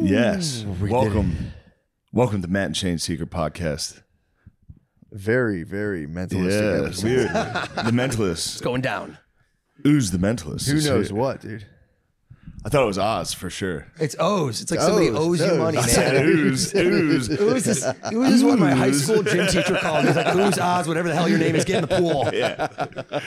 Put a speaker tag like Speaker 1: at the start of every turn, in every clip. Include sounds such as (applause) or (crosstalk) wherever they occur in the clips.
Speaker 1: Yes.
Speaker 2: did
Speaker 1: Welcome. Welcome to Matt and Shane's Secret Podcast.
Speaker 2: Very, very mentalistic
Speaker 1: Yes.
Speaker 2: episode.
Speaker 1: We're the Mentalist.
Speaker 3: going down.
Speaker 1: Who's the Mentalist?
Speaker 2: Who
Speaker 1: is
Speaker 2: knows
Speaker 1: here.
Speaker 2: what, dude?
Speaker 1: I thought it was Oz for sure.
Speaker 3: It's O's. It's like somebody
Speaker 2: O's,
Speaker 3: owes you
Speaker 2: O's.
Speaker 3: money,
Speaker 2: I (laughs)
Speaker 3: man. (laughs)
Speaker 1: Ooze, ooze.
Speaker 3: Ooze is, ooze is what my high
Speaker 1: Ooze.
Speaker 3: school gym teacher called. He's like, ooze, Oz, whatever the hell your name is, get in
Speaker 2: (laughs)
Speaker 3: the pool. Yeah.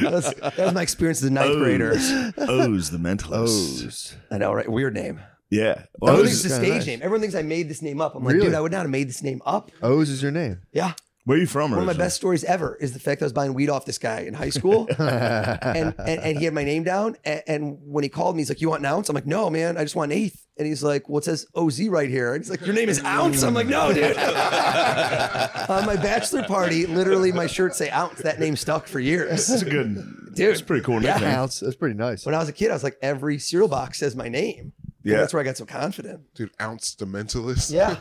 Speaker 3: That's, that was my experience as a ninth grader.
Speaker 1: O's the Mentalist.
Speaker 3: I know, right? Weird name.
Speaker 1: Yeah.
Speaker 3: Everyone
Speaker 1: O's-
Speaker 3: thinks it's a
Speaker 2: kinda
Speaker 3: stage
Speaker 2: nice.
Speaker 3: name. Everyone thinks I made this name up. I'm like,
Speaker 2: Really?
Speaker 3: dude, I would not have made this name up.
Speaker 2: O's is your name.
Speaker 3: Yeah.
Speaker 1: where are you from?
Speaker 3: One of my
Speaker 1: originally?
Speaker 3: best stories ever is the fact that I was buying weed off this guy in
Speaker 1: (laughs)
Speaker 3: high school, and, and and he had my name down. And, and when he called me, he's like, "You want an ounce?" I'm like, "No, man, I just want an eighth. And he's like, "Well, it says OZ right here." And he's like, "Your name is Ounce." I'm like,
Speaker 1: (laughs)
Speaker 3: "No, dude." (laughs) On my bachelor party, literally, my shirts say Ounce. That name stuck for years,
Speaker 1: That's a good.
Speaker 3: dude.
Speaker 1: It's a pretty cool
Speaker 3: Yeah.
Speaker 1: nickname.
Speaker 2: Ounce. That's pretty nice.
Speaker 3: When I was a kid, I was like, every cereal box says my name. Yeah,
Speaker 1: Yeah.
Speaker 3: that's where I got so confident.
Speaker 4: Dude, ounce the mentalist. (laughs)
Speaker 3: Yeah,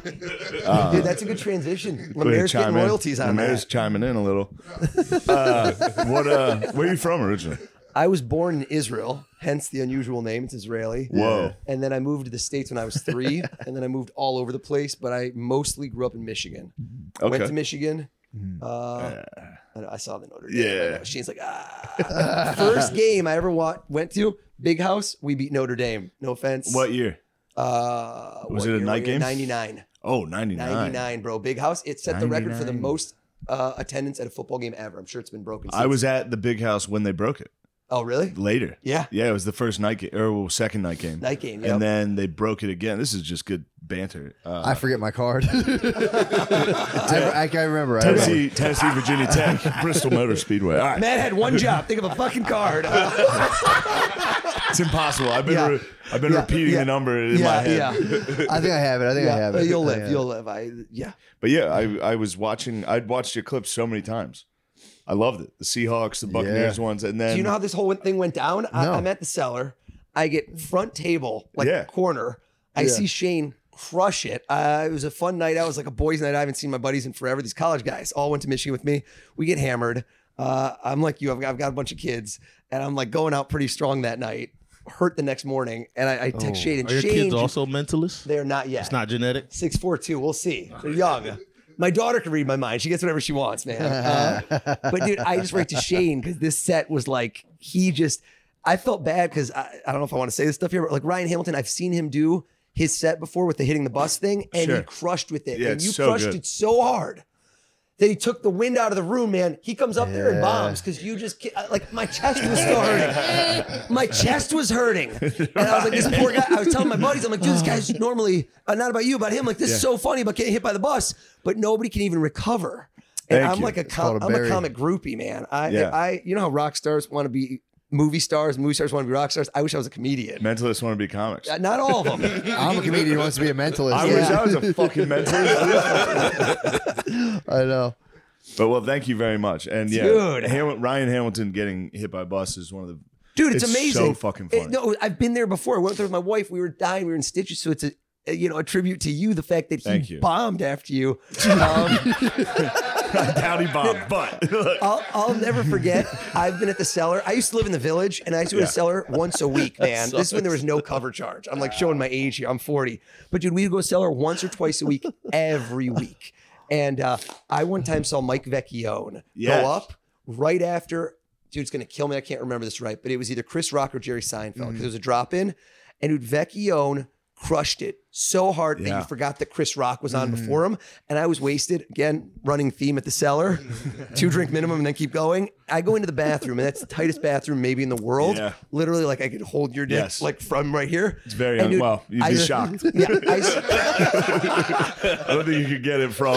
Speaker 3: dude, that's a good transition.
Speaker 1: Way to
Speaker 3: Lemaire's getting
Speaker 1: chime in.
Speaker 3: royalties on
Speaker 1: Lemaire's
Speaker 3: that.
Speaker 1: chiming in a
Speaker 3: (laughs)
Speaker 1: little. Uh, what? Uh, where are you from originally?
Speaker 3: I was born in Israel, hence the unusual name. It's Israeli.
Speaker 1: Whoa.
Speaker 3: And then I moved to the States when I
Speaker 1: (laughs)
Speaker 3: was three. and then I moved all over the place, but I mostly grew up in Michigan. Went
Speaker 1: Okay.
Speaker 3: to Michigan. Uh, I know, I saw the Notre Dame.
Speaker 1: Yeah.
Speaker 3: I know. Shane's like, ah.
Speaker 1: (laughs)
Speaker 3: First game I ever wa- went to, Big House, we beat Notre Dame. No offense.
Speaker 1: What year?
Speaker 3: Uh,
Speaker 1: Was it
Speaker 3: what
Speaker 1: a
Speaker 3: year
Speaker 1: night
Speaker 3: were you?
Speaker 1: game?
Speaker 3: 99.
Speaker 1: Oh, 99.
Speaker 3: 99, bro. Big House. It set the record for the
Speaker 1: 99.
Speaker 3: most uh, attendance at a football game ever. I'm sure it's been broken. Since.
Speaker 1: I was at the big house when they broke it (laughs)
Speaker 3: Oh, really?
Speaker 1: later.
Speaker 3: Yeah.
Speaker 1: Yeah, it was the first night game, or well, second night game.
Speaker 3: Night game. Yep.
Speaker 1: And then they broke it again. This is just good banter. Uh,
Speaker 2: I forget my card. (laughs) I, I can't remember. I remember.
Speaker 1: Tennessee, Tennessee, Virginia Tech, (laughs) Bristol Motor Speedway. All right.
Speaker 3: Matt had one job. Think of a fucking card.
Speaker 1: It's impossible. I've been
Speaker 3: Yeah.
Speaker 1: re- I've been
Speaker 3: Yeah.
Speaker 1: repeating
Speaker 3: Yeah. Uh,
Speaker 1: the number in my head.
Speaker 2: I think I have it. I think I have it.
Speaker 3: You'll
Speaker 2: I
Speaker 3: live.
Speaker 2: have
Speaker 3: You'll live. I yeah.
Speaker 1: But yeah, I I was watching. I'd watched your clips so many times. I loved it. The Seahawks, the Buccaneers ones, and then
Speaker 3: Do you know how this whole thing went down? I,
Speaker 2: No.
Speaker 3: I'm at the cellar. I get front table, like
Speaker 1: Yeah.
Speaker 3: corner. I see Shane crush it. Uh, it was a fun night. out. It was like a boys' night. I haven't seen my buddies in forever. These college guys all went to Michigan with me. We get hammered. Uh, I'm like you. I've got, I've got a bunch of kids, and I'm like going out pretty strong that night. Hurt the next morning, and I, I text Shane. And
Speaker 5: Are your
Speaker 3: Shane,
Speaker 5: kids also mentalists?
Speaker 3: They are not yet.
Speaker 5: It's not genetic.
Speaker 3: Six four two. We'll see.
Speaker 1: (laughs)
Speaker 3: They're young. My daughter can read my mind. She gets whatever she wants, man. Uh, but dude, I just write to Shane because this set was like he just. I felt bad because I, I don't know if I want to say this stuff here, but like Ryan Hamilton, I've seen him do his set before with the hitting the bus thing, and
Speaker 1: Sure.
Speaker 3: he crushed with it.
Speaker 1: Yeah,
Speaker 3: and
Speaker 1: it's
Speaker 3: you
Speaker 1: so
Speaker 3: crushed
Speaker 1: good.
Speaker 3: it so hard that he took the wind out of the room, man. He comes up there and bombs because you just ki- I- like my chest was still hurting. my chest was hurting, and I was like, this poor guy. I was telling my buddies, I'm like, dude, this guy's normally uh, not about you, about him. Like this is so funny about getting hit by the bus, but nobody can even recover. And
Speaker 1: Thank
Speaker 3: I'm
Speaker 1: you.
Speaker 3: like a, com-
Speaker 2: called a
Speaker 3: I'm a
Speaker 2: bury.
Speaker 3: comic groupie, man. I,
Speaker 1: Yeah.
Speaker 3: I, you know how rock stars want to be movie stars, movie stars want to be rock stars. I wish I was a comedian.
Speaker 1: mentalists want to be comics.
Speaker 3: Uh, Not all of them.
Speaker 1: (laughs)
Speaker 2: I'm a comedian who wants to be a mentalist.
Speaker 1: I
Speaker 2: Yeah.
Speaker 1: wish I was a fucking
Speaker 3: (laughs)
Speaker 2: (laughs)
Speaker 1: mentalist.
Speaker 2: I know.
Speaker 1: but well, thank you very much. And yeah,
Speaker 3: Dude.
Speaker 1: Hamil- Ryan Hamilton getting hit by a bus is one of the
Speaker 3: dude it's,
Speaker 1: It's so
Speaker 3: amazing
Speaker 1: fucking
Speaker 3: It-
Speaker 1: funny.
Speaker 3: no i've been there before i went there with my wife we were dying we were in stitches so it's a uh, you know a tribute to you the fact that he
Speaker 1: Thank you.
Speaker 3: bombed
Speaker 1: (laughs)
Speaker 3: after you um, (laughs)
Speaker 1: Dowdy Bob butt. (laughs)
Speaker 3: I'll, I'll never forget i've been at the cellar i used to live in the village and i used to go to the
Speaker 1: Yeah.
Speaker 3: cellar once
Speaker 1: (laughs)
Speaker 3: a week man this is when there was no cover charge i'm like showing my age here i'm 40 but dude we would go to the cellar once or twice a week every week and uh, i one time saw mike vecchione
Speaker 1: Yes.
Speaker 3: go up right after dude's gonna kill me. I can't remember this right, but it was either Chris Rock or Jerry Seinfeld
Speaker 1: Mm.
Speaker 3: because it was a drop in, and dude Vecchione crushed it so hard that
Speaker 1: Yeah. Mm.
Speaker 3: you forgot that Chris Rock was on before him, and I was wasted again. Running theme at
Speaker 1: (laughs)
Speaker 3: the cellar, two drink minimum, and then keep going. I go into the bathroom, and that's the tightest bathroom maybe in the world.
Speaker 1: Yeah.
Speaker 3: Literally, like I could hold your dick
Speaker 1: Yes.
Speaker 3: like from right here.
Speaker 1: It's very
Speaker 3: And,
Speaker 1: un-
Speaker 3: dude,
Speaker 1: wow. You'd be
Speaker 3: I-
Speaker 1: shocked.
Speaker 3: Yeah,
Speaker 1: (laughs)
Speaker 3: I,
Speaker 1: I don't think you could get it from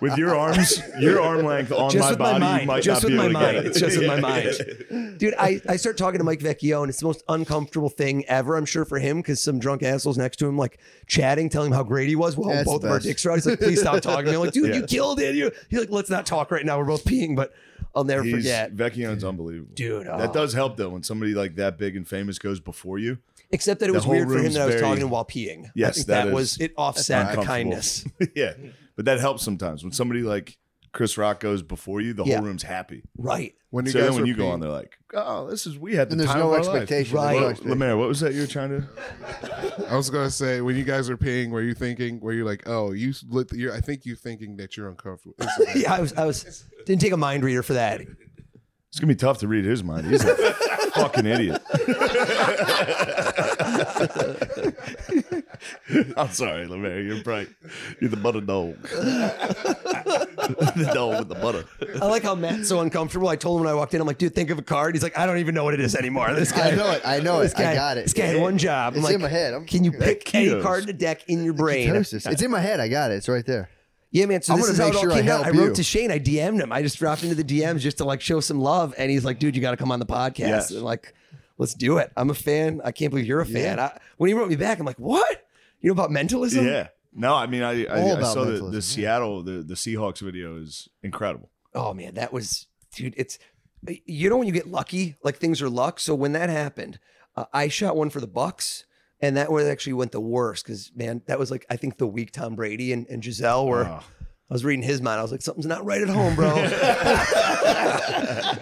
Speaker 1: (laughs) with your arms, your arm length on
Speaker 3: just
Speaker 1: my
Speaker 3: with
Speaker 1: body.
Speaker 3: my
Speaker 1: you
Speaker 3: mind.
Speaker 1: might
Speaker 3: just
Speaker 1: not
Speaker 3: with
Speaker 1: be
Speaker 3: my
Speaker 1: able to get
Speaker 3: mind.
Speaker 1: it.
Speaker 3: It's just with
Speaker 1: (laughs)
Speaker 3: my mind. Dude, I, I start talking to Mike Vecchio, and it's the most uncomfortable thing ever, I'm sure, for him, because some drunk asshole's next to him, like chatting, telling him how great he was while
Speaker 2: That's
Speaker 3: both
Speaker 2: the
Speaker 3: of our
Speaker 2: best.
Speaker 3: dicks are out. He's like, please stop talking to me. I'm like, dude,
Speaker 1: Yeah.
Speaker 3: you killed it. You he's like, let's not talk right now. We're both peeing, but I'll never
Speaker 1: He's,
Speaker 3: forget.
Speaker 1: Vecchione's unbelievable,
Speaker 3: Dude, oh.
Speaker 1: That does help though when somebody like that big and famous goes before you. (laughs)
Speaker 3: Except that it
Speaker 1: the
Speaker 3: was
Speaker 1: whole
Speaker 3: weird for him
Speaker 1: room's
Speaker 3: that I was
Speaker 1: very-
Speaker 3: talking to him while peeing. I
Speaker 1: Yes,
Speaker 3: think
Speaker 1: that
Speaker 3: that,
Speaker 1: is-
Speaker 3: was it offset the
Speaker 1: uncomfortable.
Speaker 3: kindness.
Speaker 1: yeah, but that helps sometimes when somebody like Chris Rock goes before you, the
Speaker 3: Yeah.
Speaker 1: whole room's happy.
Speaker 3: Right.
Speaker 2: When you
Speaker 1: so
Speaker 2: guys
Speaker 1: then when
Speaker 2: were
Speaker 1: you go
Speaker 2: peeing-
Speaker 1: on, they're like, "Oh, this is we had the
Speaker 2: and there's
Speaker 1: time
Speaker 2: no
Speaker 1: of our life."
Speaker 2: expectation.
Speaker 3: Right.
Speaker 2: There's no
Speaker 1: Well,
Speaker 2: expectation.
Speaker 1: Lemaire, what was that you were trying to?
Speaker 4: I was gonna say when you guys are peeing, were you thinking? Were you like, oh, you look? You're, I think you thinking that you're uncomfortable. It's okay.
Speaker 3: (laughs) Yeah, I was. I was. Didn't take a mind reader for that.
Speaker 1: It's gonna be tough to read his mind. (laughs) He's a fucking idiot. I'm sorry, Lemaire. You're bright. You're the butter dog. the dog with the butter.
Speaker 3: I like how Matt's so uncomfortable. I told him when I walked in, I'm like, dude, think of a card. He's like, I don't even know what it is anymore. This guy.
Speaker 2: (laughs) I know it. I know
Speaker 3: This
Speaker 2: it.
Speaker 3: guy,
Speaker 2: I got it.
Speaker 3: This guy had one job. I'm
Speaker 2: It's
Speaker 3: like,
Speaker 2: in my head. I'm
Speaker 3: Can you
Speaker 2: fucking-
Speaker 3: pick any
Speaker 1: Ketos.
Speaker 3: card in the deck in your brain?
Speaker 2: Ketosis. It's in my head. I got it. It's right there.
Speaker 3: Yeah, man. So
Speaker 2: I'm
Speaker 3: this
Speaker 2: gonna
Speaker 3: is how
Speaker 2: make
Speaker 3: it all
Speaker 2: sure I
Speaker 3: came out.
Speaker 2: help
Speaker 3: I wrote
Speaker 2: you.
Speaker 3: to Shane. I DM'd him. I just dropped into the DMs just to like show some love, and he's like, "Dude, you got to come on the podcast."
Speaker 1: Yes.
Speaker 3: And like, let's do it. I'm a fan. I can't believe you're a fan. I, when he wrote me back, I'm like, "What? You know about mentalism?"
Speaker 1: Yeah. No, I mean, I
Speaker 2: All
Speaker 1: I, I
Speaker 2: about
Speaker 1: saw the,
Speaker 2: mentalism, yeah.
Speaker 1: the Seattle the the Seahawks video is incredible.
Speaker 3: Oh man, that was dude. It's you know when you get lucky, like things are luck. So when that happened, uh, I shot one for the Bucks, and that one actually went the worst because man, that was like I think the week Tom Brady and, and Giselle were.
Speaker 1: Oh.
Speaker 3: I was reading his mind. I was like, something's not right at home, bro. (laughs)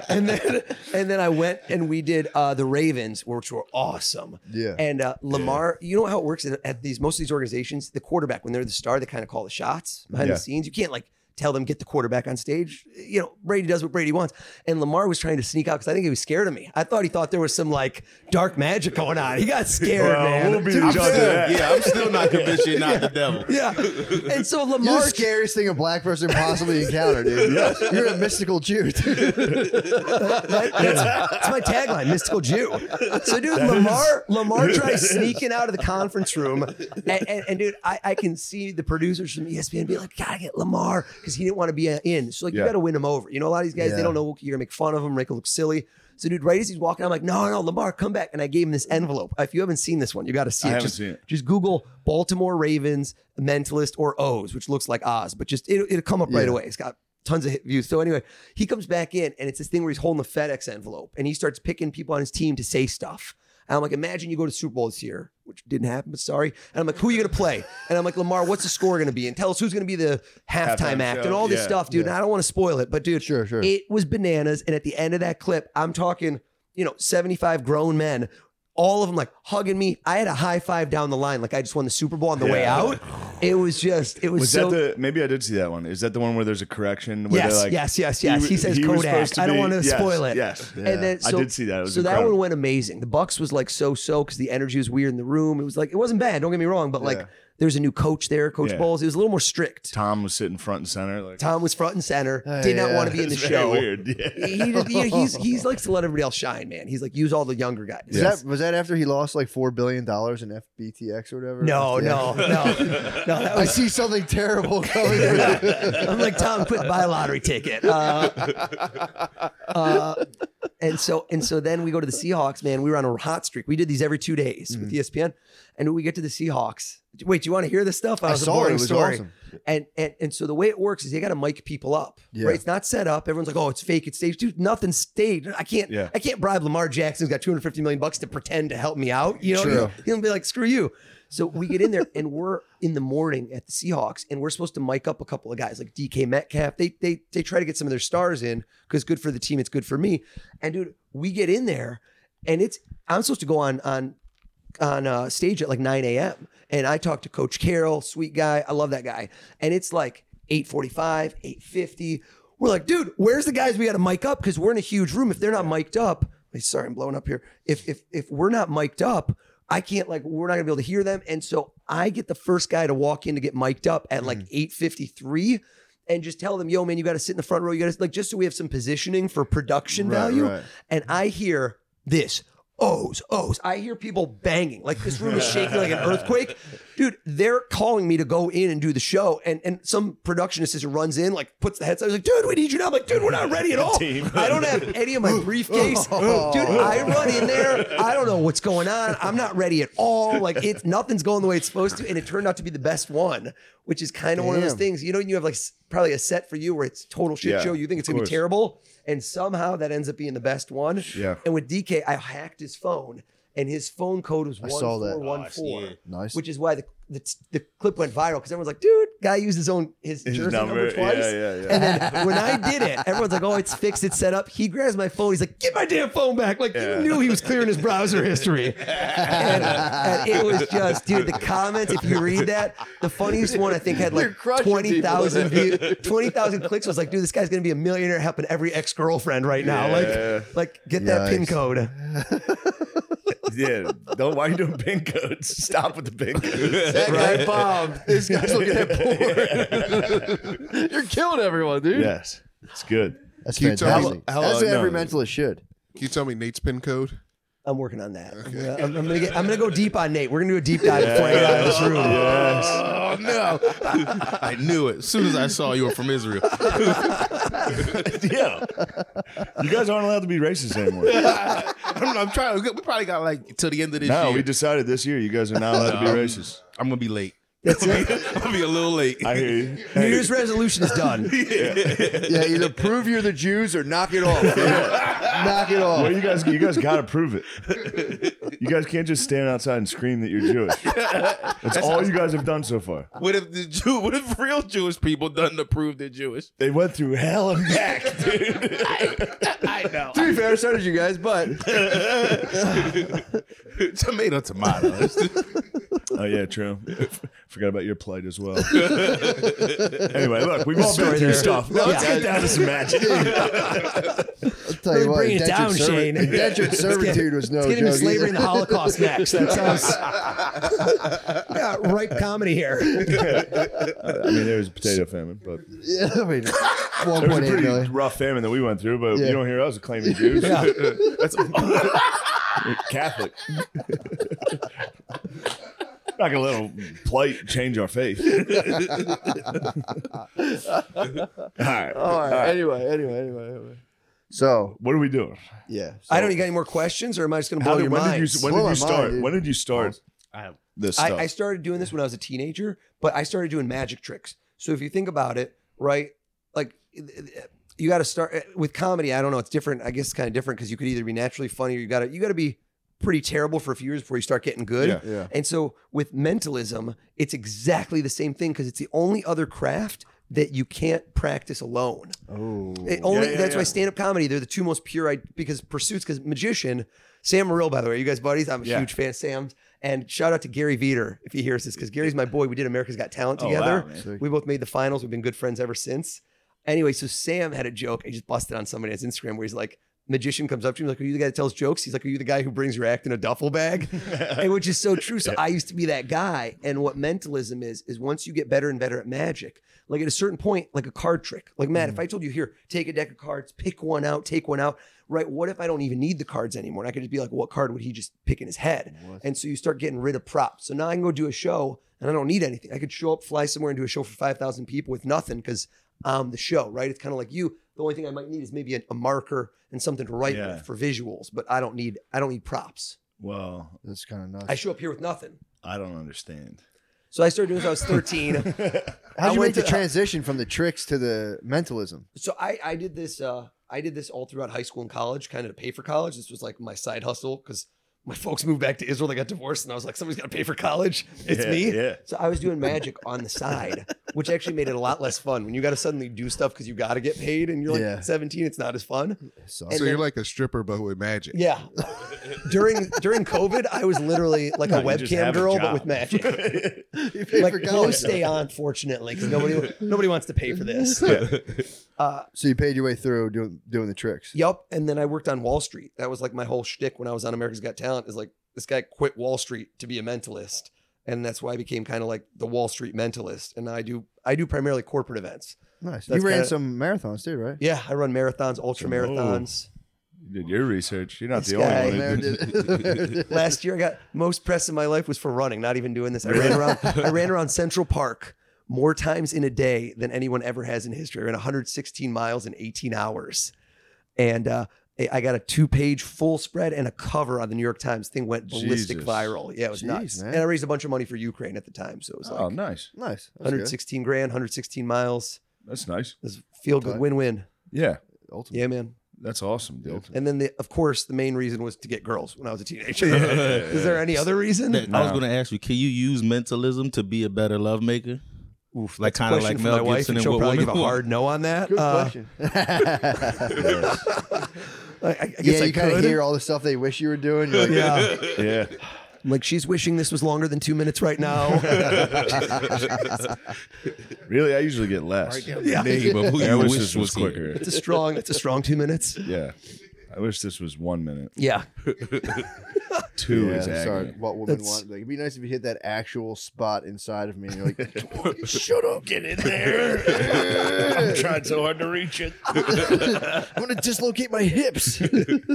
Speaker 3: and then and then I went and we did uh, the Ravens, which were awesome.
Speaker 2: Yeah.
Speaker 3: And uh, Lamar, you know how it works at, at these most of these organizations, the quarterback when they're the star, they kind of call the shots behind
Speaker 1: Yeah.
Speaker 3: the scenes. You can't like tell them get the quarterback on stage. You know, Brady does what Brady wants. And Lamar was trying to sneak out because I think he was scared of me. I thought he thought there was some like dark magic going on. He got scared, man.
Speaker 1: Oh, we'll be the judge of that.
Speaker 5: yeah, I'm still not convinced you're not the devil.
Speaker 3: yeah. And so
Speaker 2: You're
Speaker 3: Lamar
Speaker 2: the scariest thing a black person possibly encountered, dude. You're a mystical Jew, dude.
Speaker 3: Right? That's, that's my tagline, mystical Jew. So, dude, Lamar Lamar tries sneaking out of the conference room, and, and, and dude, I, I can see the producers from E ESPN be like, "Gotta get Lamar" because he didn't want to be uh, in. So, like, you
Speaker 1: Yeah.
Speaker 3: got to win him over. You know, a lot of these guys they
Speaker 2: Yeah.
Speaker 3: don't know you're gonna make fun of him, make him look silly. So, dude, right as he's walking, I'm like, "No, no, Lamar, come back!" And I gave him this envelope. If you haven't seen this one, you got to see
Speaker 1: I
Speaker 3: it.
Speaker 1: haven't
Speaker 3: Just-
Speaker 1: seen it.
Speaker 3: just Google Baltimore Ravens mentalist or O's, which looks like Oz, but just it, it'll come up right
Speaker 2: Yeah.
Speaker 3: away. It's got tons of hit views. So anyway, he comes back in and it's this thing where he's holding a FedEx envelope and he starts picking people on his team to say stuff. And I'm like, imagine you go to Super Bowl this year, which didn't happen, but sorry. And I'm like, who are you going to play? And I'm like, Lamar, what's the score going to be? And tell us who's going to be the halftime,
Speaker 1: Halftime
Speaker 3: act
Speaker 1: show,
Speaker 3: and all this
Speaker 1: yeah.
Speaker 3: stuff, dude. And I don't want to spoil it, but dude,
Speaker 2: Sure, sure.
Speaker 3: it was bananas. And at the end of that clip, I'm talking, you know, 75 grown men, all of them like hugging me. I had a high five down the line, like I just won the Super Bowl on the way
Speaker 1: Yeah.
Speaker 3: out. It was just, it was,
Speaker 1: Was
Speaker 3: so.
Speaker 1: that the? Maybe I did see that one. Is that the one where there's a correction? Where
Speaker 3: Yes,
Speaker 1: they're like,
Speaker 3: yes, yes, yes.
Speaker 1: w-
Speaker 3: He, says
Speaker 1: was
Speaker 3: Kodak.
Speaker 1: supposed
Speaker 3: I don't
Speaker 1: be-
Speaker 3: want to
Speaker 1: yes,
Speaker 3: spoil it.
Speaker 1: Yes.
Speaker 3: And then,
Speaker 1: I
Speaker 3: so,
Speaker 1: did see that. It was
Speaker 3: so that
Speaker 1: incredible.
Speaker 3: one went amazing. The Bucks was like so so because the energy was weird in the room. It was like it wasn't bad. Don't get me wrong, but like
Speaker 1: Yeah.
Speaker 3: there's a new coach there, Coach
Speaker 1: Yeah.
Speaker 3: Bowles. It was a little more strict.
Speaker 1: Tom was sitting front and center. Like,
Speaker 3: Tom was front and center.
Speaker 2: Uh,
Speaker 3: did not
Speaker 2: yeah.
Speaker 3: want to be in the
Speaker 1: It's very
Speaker 3: show.
Speaker 1: Weird. (laughs) Yeah.
Speaker 3: He, he just, he, he's he's likes to let everybody else shine, man. He's like use all the younger guys.
Speaker 2: Was that was that after he lost like four billion dollars in FBTX or whatever?
Speaker 3: No,
Speaker 2: FTX?
Speaker 3: no, no, no. That
Speaker 2: I
Speaker 3: was,
Speaker 2: see something (laughs) terrible coming. yeah.
Speaker 3: I'm like Tom, quit buy a lottery ticket. Uh, uh, and so and so then we go to the Seahawks, man. We were on a hot streak. We did these every two days
Speaker 2: Mm-hmm.
Speaker 3: with E ESPN, and we get to the Seahawks. Wait, do you want to hear this stuff?
Speaker 2: I
Speaker 3: was
Speaker 2: saw it. It was awesome.
Speaker 3: And, and and so the way it works is they got to mic people up.
Speaker 2: Yeah.
Speaker 3: Right? It's not set up. Everyone's like, oh, it's fake. It's staged. Dude, nothing's staged. I can't.
Speaker 1: Yeah.
Speaker 3: I can't bribe Lamar Jackson, who's got 250 million bucks to pretend to help me out. You know,
Speaker 2: True.
Speaker 3: He'll- he'll be like, screw you. So we get in there and we're in the morning at the Seahawks and we're supposed to mic up a couple of guys like DK Metcalf. They they they try to get some of their stars in because good for the team, it's good for me. And dude, we get in there and it's I'm supposed to go on on on uh, stage at like 9 a.m. And I talked to Coach Carroll, sweet guy. I love that guy. And it's like 8:45, 8:50. We're like, dude, where's the guys we got to mic up? Because we're in a huge room. If they're not mic'd up, wait, sorry, I'm blowing up here. If if if we're not mic'd up, I can't like we're not gonna be able to hear them. And so I get the first guy to walk in to get mic'd up at
Speaker 2: Mm.
Speaker 3: like 8:53. And just tell them, yo, man, you got to sit in the front row. You got to like just so we have some positioning for production value.
Speaker 2: right.
Speaker 3: And I hear this. O's, O's. I hear people banging. Like this room is shaking like
Speaker 2: (laughs)
Speaker 3: an earthquake. Dude, they're calling me to go in and do the show. And and some production assistant runs in, like puts the headset. I was like, dude, we need you now. I'm like, dude, we're
Speaker 2: (laughs)
Speaker 3: not ready at all.
Speaker 1: Team.
Speaker 3: I don't have any of my briefcase. dude, I run in there. I don't know what's going on. I'm not ready at all. Like it's nothing's going the way it's supposed to. And it turned out to be the best one, which is kind of one of those
Speaker 2: Damn.
Speaker 3: things. You know, you have like s- probably a set for you where it's total shit
Speaker 1: Yeah,
Speaker 3: show. You think it's
Speaker 1: of
Speaker 3: gonna be
Speaker 1: course.
Speaker 3: terrible. And somehow that ends up being the best one.
Speaker 1: Yeah.
Speaker 3: And with DK, I hacked his phone and his phone code was
Speaker 2: I saw that.
Speaker 3: 1414,
Speaker 5: Gosh,
Speaker 2: Nice.
Speaker 3: which is why the, the, the clip went viral because everyone's like, dude, guy used his own his,
Speaker 1: His
Speaker 3: jersey number,
Speaker 1: number,
Speaker 3: twice.
Speaker 1: yeah, yeah, yeah.
Speaker 3: And then when I did it, everyone's like, oh, it's fixed, it's set up. He grabs my phone. He's like, get my damn phone back. Like,
Speaker 1: Yeah.
Speaker 3: you knew he was clearing his browser history. and, and it was just, dude, the comments, if you read that, the funniest one I think had
Speaker 2: You're
Speaker 3: like
Speaker 2: crushing
Speaker 3: 20,000 views, 20,000 clicks was like, dude, this guy's going to be a millionaire helping every ex girlfriend right now.
Speaker 1: Yeah.
Speaker 3: Like, like get that pin
Speaker 2: Yikes.
Speaker 3: code.
Speaker 1: yeah. Don't, why are you doing pin codes? Stop with the
Speaker 3: (laughs)
Speaker 1: pin codes.
Speaker 2: that guy (laughs) bombed. This guy's looking at porn. You're killing everyone, dude.
Speaker 1: Yes, it's good.
Speaker 2: That's
Speaker 4: Keep talking.
Speaker 2: fantastic.
Speaker 5: Hello,
Speaker 2: That's what
Speaker 5: hello,
Speaker 2: every
Speaker 5: no.
Speaker 2: mentalist should.
Speaker 4: Can you tell me Nate's pin code?
Speaker 3: I'm working on that. I'm gonna- I'm, I'm gonna get. I'm gonna go deep on Nate. We're gonna do a deep dive before I get out of this room.
Speaker 1: Yes.
Speaker 5: Oh no! I knew it. As soon as I saw you were from Israel,
Speaker 1: Yeah. You guys aren't allowed to be racist anymore.
Speaker 5: I don't know, I'm trying. We probably got like till the end of this
Speaker 1: No,
Speaker 5: year.
Speaker 1: we decided this year you guys are not allowed to be
Speaker 5: Um,
Speaker 1: racist.
Speaker 5: I'm gonna be late. (laughs)
Speaker 3: That's
Speaker 5: I'm
Speaker 3: it.
Speaker 5: gonna be a little late.
Speaker 1: I hear you.
Speaker 3: New Year's resolution is done.
Speaker 2: Yeah, either prove you're the Jews or knock it (laughs) off. knock it
Speaker 1: Well,
Speaker 2: off.
Speaker 1: you guys, you guys got to prove it. You guys can't just stand outside and scream that you're Jewish. That's all you guys have done so far.
Speaker 5: what if the Jew? What if real Jewish people done to prove they're Jewish?
Speaker 1: They went through hell and back, dude.
Speaker 5: I (laughs) know.
Speaker 2: To be fair, so did you guys, but
Speaker 5: tomato, (laughs) tomato.
Speaker 1: Oh yeah, true. Forgot about your plight as well. anyway, look, we've all been
Speaker 3: Story
Speaker 1: through
Speaker 3: there.
Speaker 1: stuff. Now Let's
Speaker 3: Yeah.
Speaker 1: get down to some magic.
Speaker 2: I'll tell
Speaker 3: Really
Speaker 2: you what,
Speaker 3: bring it
Speaker 2: indentured
Speaker 3: down,
Speaker 2: servant-
Speaker 3: Shane.
Speaker 2: Indentured
Speaker 3: Let's get-
Speaker 2: servitude was no
Speaker 3: Let's get into
Speaker 2: joke.
Speaker 3: slavery and
Speaker 2: either.
Speaker 3: the Holocaust next. That sounds (laughs) yeah, right comedy here.
Speaker 1: I mean, there was a potato famine, but
Speaker 2: (laughs) Yeah, I mean,
Speaker 1: there was a
Speaker 2: 1.8
Speaker 1: pretty
Speaker 2: million.
Speaker 1: rough famine that we went through. But
Speaker 2: Yeah.
Speaker 1: you don't hear us claiming Jews. (laughs)
Speaker 5: That's
Speaker 1: Catholic. (laughs) Not gonna let a plight change our faith. (laughs) all right.
Speaker 2: All right. Anyway, anyway, anyway, anyway. So
Speaker 1: What are we doing?
Speaker 2: yeah,
Speaker 3: I don't. You got any more questions, or am I just gonna blow
Speaker 1: How did-
Speaker 3: your
Speaker 1: when
Speaker 3: mind?
Speaker 1: did you when
Speaker 2: Blow
Speaker 1: did
Speaker 2: my
Speaker 1: you start?
Speaker 2: mind, dude.
Speaker 1: when did you start
Speaker 5: I-
Speaker 1: this stuff?
Speaker 3: I, I started doing this when I was a teenager, but I started doing magic tricks. So if you think about it, right, like you got to start eh, with comedy. I don't know; it's different. I guess it's kind of different because you could either be naturally funny or you got to you got to be pretty terrible for a few years before you start getting good.
Speaker 1: Yeah.
Speaker 2: Yeah.
Speaker 3: And so with mentalism, it's exactly the same thing because it's the only other craft that you can't practice alone.
Speaker 2: Oh,
Speaker 3: It only
Speaker 1: yeah,
Speaker 3: that's
Speaker 1: yeah.
Speaker 3: why stand-up comedy they're the two most pure I, because pursuits because magician Sam Morrill by the way you guys buddies I'm a
Speaker 1: Yeah.
Speaker 3: huge fan of Sam's and shout out to Gary Veter if he hears this because Gary's my boy we did America's Got Talent
Speaker 1: Oh, wow,
Speaker 3: together
Speaker 1: man.
Speaker 2: Sick.
Speaker 3: we both made the finals we've been good friends ever since anyway so Sam had a joke I just busted on somebody on his Instagram where he's like magician comes up to him like are you the guy that tells jokes he's like are you the guy who brings your act in a duffel bag
Speaker 1: (laughs)
Speaker 3: and which is so true so I used to be that guy and what mentalism is is once you get better and better at magic like at a certain point, like a card trick. Like Matt, if I told you here, take a deck of cards, pick one out, take one out, right? What if I don't even need the cards anymore? And I could just be like, what card would he just pick in his head?
Speaker 2: What?
Speaker 3: And so you start getting rid of props. So now I can go do a show and I don't need anything. I could show up, fly somewhere, and do a show for five thousand people with nothing because I'm the show, right? It's kind of like you. The only thing I might need is maybe a, a marker and something to write
Speaker 1: Yeah.
Speaker 3: with for visuals, but I don't need I don't need props.
Speaker 1: Well,
Speaker 2: that's kind of nuts.
Speaker 3: I show up here with nothing.
Speaker 1: I don't
Speaker 3: (laughs)
Speaker 1: understand.
Speaker 3: So I started doing this. when I was 13.
Speaker 2: How
Speaker 3: I
Speaker 2: did you
Speaker 3: went
Speaker 2: make the
Speaker 3: to- uh,
Speaker 2: transition from the tricks to the mentalism?
Speaker 3: so I I did this uh I did this all throughout high school and college, kind of to pay for college. This was like my side hustle because my folks moved back to Israel. They got divorced, and I was like, somebody's got to pay for college. It's
Speaker 1: Yeah,
Speaker 3: me.
Speaker 1: yeah.
Speaker 3: So I was doing magic on the side, which actually made it a lot less fun. When you got to suddenly do stuff because you got to get paid, and you're like
Speaker 2: Yeah.
Speaker 3: 17, it's not as fun.
Speaker 2: So
Speaker 3: And
Speaker 4: so
Speaker 3: then-
Speaker 4: you're like a stripper, but with magic.
Speaker 3: Yeah. during during COVID, I was literally like a
Speaker 1: No, you just
Speaker 3: webcam
Speaker 1: have a
Speaker 3: girl, but
Speaker 1: job. (laughs)
Speaker 3: with magic.
Speaker 2: you (laughs) paid
Speaker 3: Like
Speaker 2: for
Speaker 3: clothes
Speaker 2: college.
Speaker 3: stay on, fortunately, because nobody nobody wants to pay for this. Uh,
Speaker 2: So you paid your way through doing doing the tricks.
Speaker 3: Yep. And then I worked on Wall Street. That was like my whole shtick when I was on America's Got Talent is like this guy quit Wall Street to be a mentalist. And that's why I became kind of like the Wall Street mentalist. And I do I do primarily corporate events.
Speaker 2: Nice.
Speaker 3: That's
Speaker 2: you ran
Speaker 3: kinda-
Speaker 2: some marathons too, right?
Speaker 3: Yeah, I run marathons, ultra marathons.
Speaker 1: You did your research. You're not
Speaker 3: This
Speaker 1: the
Speaker 3: guy-
Speaker 1: only one.
Speaker 2: Mayor
Speaker 1: who did.
Speaker 2: did- Mayor did- (laughs)
Speaker 3: Last year I got most press in my life was for running, not even doing this. I ran around I ran around Central Park more times in a day than anyone ever has in history. I ran 116 miles in 18 hours. And uh I- I got a two-page full spread and a cover on the New York Times. Thing went ballistic
Speaker 1: Jesus.
Speaker 3: viral. Yeah, it was
Speaker 2: Jeez,
Speaker 3: nuts.
Speaker 2: man.
Speaker 3: And I raised a bunch of money for Ukraine at the time, so it was like
Speaker 1: Oh, nice.
Speaker 2: nice. That's good.
Speaker 3: 116 grand, 116 miles.
Speaker 1: That's nice.
Speaker 3: It was feel good
Speaker 2: Tight.
Speaker 3: win-win.
Speaker 1: Yeah.
Speaker 2: Ultimate.
Speaker 3: Yeah, man.
Speaker 1: That's awesome, dude.
Speaker 3: And then, the, of course, the main reason was to get girls when I was
Speaker 2: (laughs)
Speaker 3: a teenager. (laughs) Is there any other reason?
Speaker 5: That- I was going to ask you, can you use mentalism to be a better lovemaker?
Speaker 3: Oof,
Speaker 5: Like,
Speaker 3: that's a
Speaker 5: kinda
Speaker 3: question
Speaker 5: like
Speaker 3: for
Speaker 5: Mel
Speaker 3: my wife, and
Speaker 5: Gibson and
Speaker 3: she'll
Speaker 5: what
Speaker 3: probably give
Speaker 5: women
Speaker 3: a
Speaker 5: want. (laughs)
Speaker 3: hard no on that.
Speaker 2: Good
Speaker 3: Uh,
Speaker 2: question. (laughs)
Speaker 3: I, I guess
Speaker 2: Yeah,
Speaker 3: I
Speaker 2: you kind of
Speaker 3: could. (laughs)
Speaker 2: hear all the stuff they wish you were doing. You're like,
Speaker 3: yeah,
Speaker 1: Yeah.
Speaker 3: I'm like she's wishing this was longer than two minutes right (laughs) now.
Speaker 1: Really, I usually get less.
Speaker 3: Yeah.
Speaker 5: Name of who
Speaker 1: I
Speaker 5: you
Speaker 1: wish
Speaker 5: wish
Speaker 1: this was
Speaker 5: here.
Speaker 1: quicker.
Speaker 3: It's a strong. It's a strong two minutes.
Speaker 1: Yeah. I wish this was one minute.
Speaker 3: (laughs) Yeah,
Speaker 1: Two
Speaker 2: yeah,
Speaker 1: is
Speaker 2: I'm
Speaker 1: agony.
Speaker 2: sorry. What women
Speaker 3: That's-
Speaker 2: want? Like, it'd be nice if you hit that actual spot inside of me. And you're
Speaker 3: (laughs)
Speaker 2: like,
Speaker 1: Shut up. Get in there. I'm
Speaker 3: (laughs)
Speaker 1: trying so hard to reach it.
Speaker 2: I'm gonna dislocate my hips.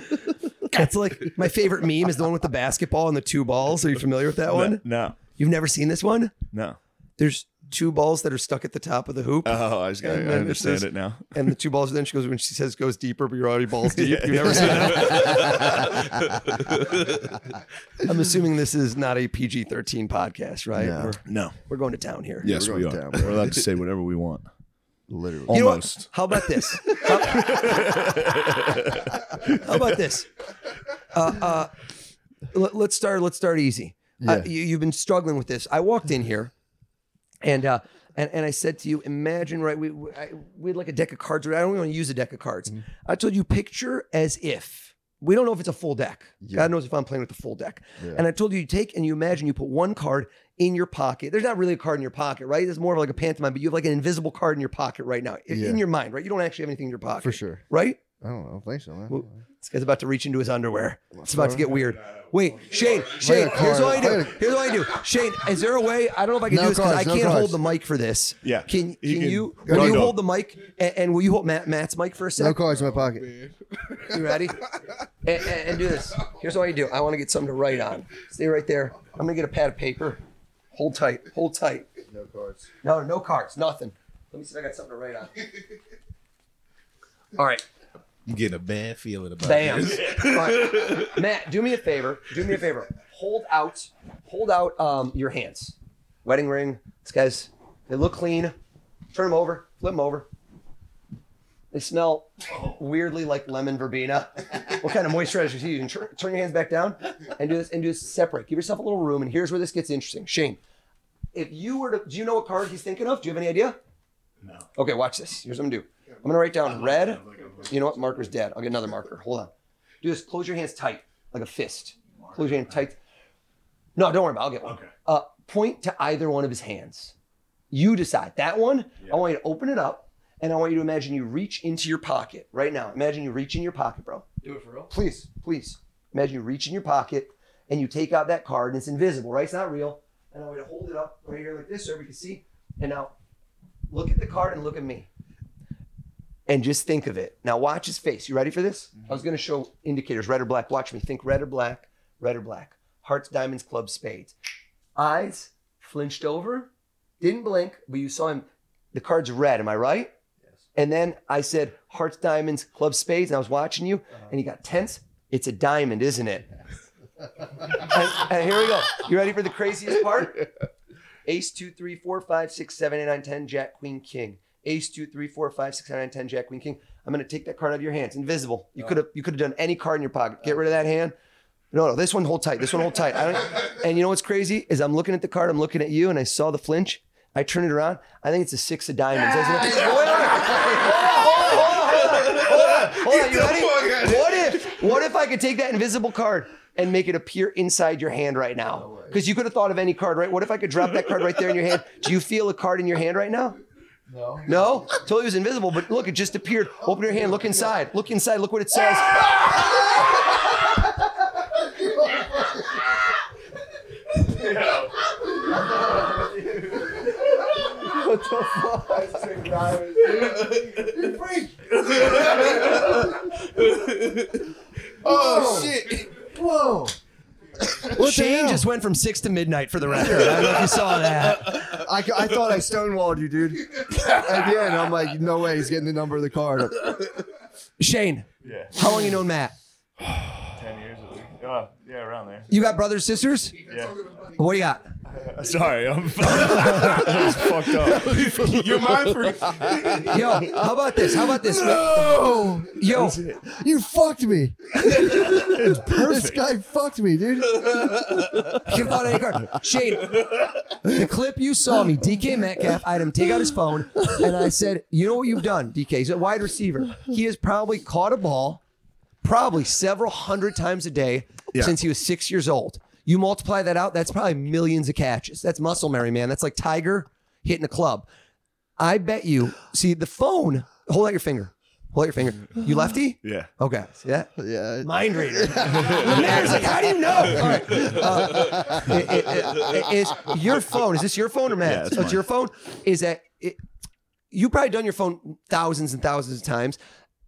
Speaker 2: (laughs)
Speaker 3: that's like my favorite meme is the one with the basketball and the two balls. Are you familiar with that one?
Speaker 1: No.
Speaker 3: You've never seen this one?
Speaker 1: No.
Speaker 3: There's two balls that are stuck at the top of the hoop,
Speaker 1: Oh, I, was gonna,
Speaker 3: And
Speaker 1: I
Speaker 3: then it
Speaker 1: understand
Speaker 3: says-
Speaker 1: it now.
Speaker 3: and the two balls. Then she goes when she says goes deeper, but you're already balls (laughs) deep. You've never seen that. (laughs) I'm assuming this is not a PG-13 podcast, right?
Speaker 2: No.
Speaker 3: We're,
Speaker 1: No.
Speaker 3: we're going to town here.
Speaker 1: Yes,
Speaker 2: we're
Speaker 1: we are. (laughs)
Speaker 2: going down, bro.
Speaker 1: we're allowed to say whatever we want.
Speaker 2: Literally.
Speaker 3: You know what?
Speaker 1: Almost.
Speaker 3: How about this? How about this? Uh, uh, let, us start. Let's start easy. Uh,
Speaker 2: Yeah.
Speaker 3: you, you've been struggling with this. I walked in here, and uh, and and I said to you, imagine right? We we, I, we had like a deck of cards. right? I don't want to use a deck of cards.
Speaker 2: Mm-hmm.
Speaker 3: I told you, picture as if. We don't know if it's a full deck.
Speaker 2: Yeah.
Speaker 3: God knows if I'm playing with a full deck. And I told you, you take and you imagine you put one card in your pocket. There's not really a card in your pocket, right? It's more of like a pantomime, but you have like an invisible card in your pocket right now, i-
Speaker 2: Yeah.
Speaker 3: in your mind, right? You don't actually have anything in your pocket,
Speaker 2: For sure.
Speaker 3: right?
Speaker 2: I don't know. I don't think so. Man.
Speaker 3: Well, This guy's about to reach into his underwear. It's about to get weird. Wait, Shane, Shane,
Speaker 2: card.
Speaker 3: here's what I
Speaker 2: I
Speaker 3: do.
Speaker 2: got a-
Speaker 3: Here's what I do. Shane, is there a way? I don't know if I can
Speaker 2: No
Speaker 3: do this because I
Speaker 2: cards, no
Speaker 3: can't hold
Speaker 2: cards.
Speaker 3: the mic for this.
Speaker 1: Yeah.
Speaker 3: Can can,
Speaker 1: He can-
Speaker 3: you
Speaker 1: No,
Speaker 3: will you
Speaker 1: no.
Speaker 3: hold the mic and, and will you hold Matt, Matt's mic for
Speaker 2: no
Speaker 3: a sec?
Speaker 2: cards in my
Speaker 3: Oh,
Speaker 2: pocket.
Speaker 3: You ready? and, and- and do this. Here's what I do. I want to get something to write on. Stay right there. I'm gonna get a pad of paper. Hold tight. Hold tight.
Speaker 2: No cards.
Speaker 3: No, no cards. Nothing. Let me see if I got something to write on. All right.
Speaker 5: I'm getting a bad feeling about
Speaker 3: Bam.
Speaker 5: this.
Speaker 3: All right. Matt, do me a favor. Do me a favor. Hold out. Hold out um, your hands. Wedding ring. These guys, they look clean. Turn them over. Flip them over. They smell weirdly like lemon verbena. What kind of moisturizer do you use? Turn, turn your hands back down and do this and do this separate. Give yourself a little room. And here's where this gets interesting. Shane, if you were to, do you know what card he's thinking of? Do you have any idea? No. Okay, watch this. Here's what I'm gonna do. I'm gonna write down red. You know what? Marker's dead. I'll get another marker. Hold on. Do this. Close your hands tight, like a fist. Close your hand tight. No, don't worry about. it. I'll get one. Okay. Uh, point to either one of his hands. You decide. That one. I want you to open it up, and I want you to imagine you reach into your pocket right now. Imagine you reach in your pocket, bro. Do it for real. Please, please. Imagine you reach in your pocket and you take out that card, and it's invisible, right? It's not real. And I want you to hold it up right here like this, so we can see. And now, look at the card and look at me and just think of it. Now watch his face. You ready for this? I was going to show indicators, red or black. Watch me. Think red or black, red or black. Hearts, diamonds, clubs, spades. Eyes flinched over, didn't blink, but you saw him. The card's red. Am I right? Yes. And then I said hearts, diamonds, clubs, spades, and I was watching you, and you got tense. It's a diamond, isn't it? and, and here we go. You ready for the craziest part? Ace two three four five six seven eight nine ten Jack Queen King. Ace two three four five six seven eight nine ten Jack Queen King. I'm gonna take that card out of your hands. Invisible. You could have you could have done any card in your pocket. Get rid of that hand. No, no, this one hold tight. This one hold tight. I don't, and you know what's crazy is I'm looking at the card. I'm looking at you, and I saw the flinch. I turn it around. I think it's a six of diamonds. isn't it? (laughs) Hold on, hold on, hold on, hold on, hold on, hold on. You ready? What if? What if I could take that invisible card and make it appear inside your hand right now? Because you could have thought of any card, right? What if I could drop that card right there in your hand? Do you feel a card in your hand right now? No. No? Totally was invisible, but look, it just appeared. Open your hand, look inside. Look inside, look what it says.
Speaker 2: Oh shit! Whoa!
Speaker 3: Shane just went from six to midnight for the record. I don't know if you saw that.
Speaker 2: I, ca- I thought I stonewalled you, dude. At the end, I'm like, no way, he's getting the number of the card.
Speaker 3: Shane,
Speaker 1: Yeah.
Speaker 3: how long you known Matt?
Speaker 1: Ten years at least. Uh, yeah, around there.
Speaker 3: You got brothers, sisters?
Speaker 1: Yeah.
Speaker 3: What do you got?
Speaker 1: I (laughs) Sorry, I'm (laughs) I was fucked up.
Speaker 5: You're my freak.
Speaker 3: Yo, how about this? How about this?
Speaker 6: No,
Speaker 3: Yo,
Speaker 6: you fucked me. This guy fucked me, dude.
Speaker 3: give out any card. Shane, the clip you saw me, DK Metcalf, I had him take out his phone, and I said, You know what you've done, DK? He's a wide receiver. He has probably caught a ball probably several hundred times a day since he was six years old. You multiply that out, that's probably millions of catches. That's muscle memory, man. That's like Tiger hitting a club. I bet you, see, the phone, hold out your finger. Hold out your finger. You lefty?
Speaker 1: Yeah.
Speaker 3: Okay. See that?
Speaker 6: Yeah.
Speaker 3: mind (laughs) reader. Mary's like, how do you know? All right. Uh, it- it- it- it's your phone. Is this your phone or Matt's?
Speaker 1: Yeah, it's
Speaker 3: Oh,
Speaker 1: mine.
Speaker 3: your phone. Is that it, you probably done your phone thousands and thousands of times.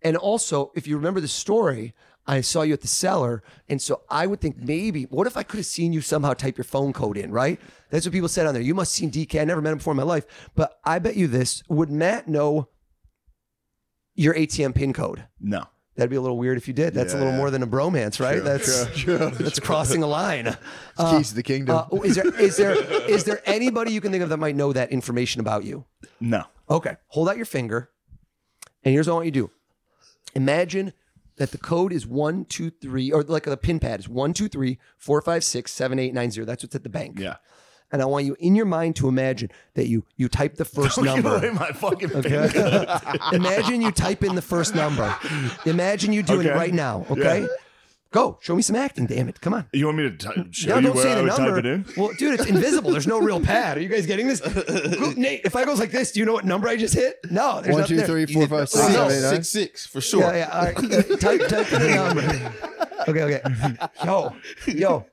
Speaker 3: And also, if you remember the story, I saw you at the cellar. And so I would think maybe, what if I could have seen you somehow type your phone code in, right? That's what people said on there. You must have seen DK. I never met him before in my life. But I bet you this would Matt know your ATM pin code?
Speaker 1: No.
Speaker 3: That'd be a little weird if you did. That's a little more than a bromance, right? that's that's crossing a line. Uh,
Speaker 6: Keys to the kingdom.
Speaker 3: uh, is there is there is there anybody you can think of that might know that information about you?
Speaker 1: No.
Speaker 3: Okay, hold out your finger, and here's what I want you to do. Imagine that the code is one two three, or like the pin pad is one two three four five six seven eight nine zero. That's what's at the bank.
Speaker 1: Yeah.
Speaker 3: And I want you in your mind to imagine that you (laughs) you type the
Speaker 1: (laughs)
Speaker 3: 1st
Speaker 1: Don't give
Speaker 3: number.
Speaker 1: away my fucking
Speaker 3: Okay. (laughs) Imagine you type in the first number. Imagine you doing it
Speaker 1: Okay.
Speaker 3: right now. Okay.
Speaker 1: Yeah.
Speaker 3: Go. Show me some acting, damn it. Come on.
Speaker 1: You want me to type? show
Speaker 3: No,
Speaker 1: you
Speaker 3: don't
Speaker 1: where
Speaker 3: say
Speaker 1: I
Speaker 3: the
Speaker 1: would
Speaker 3: number.
Speaker 1: type it in?
Speaker 3: (laughs) Well, dude, it's invisible. There's no real pad. Are you guys
Speaker 1: (laughs)
Speaker 3: getting this? Go- Nate, if I goes like this, do you know what number I just hit? No. There's
Speaker 6: One,
Speaker 3: nothing
Speaker 6: two,
Speaker 3: there.
Speaker 6: three, four, five, six,
Speaker 5: No,
Speaker 6: seven, eight, nine.
Speaker 5: six six for sure.
Speaker 3: Yeah, yeah. All right. type, type (laughs) in a number. Okay, okay. Yo, yo.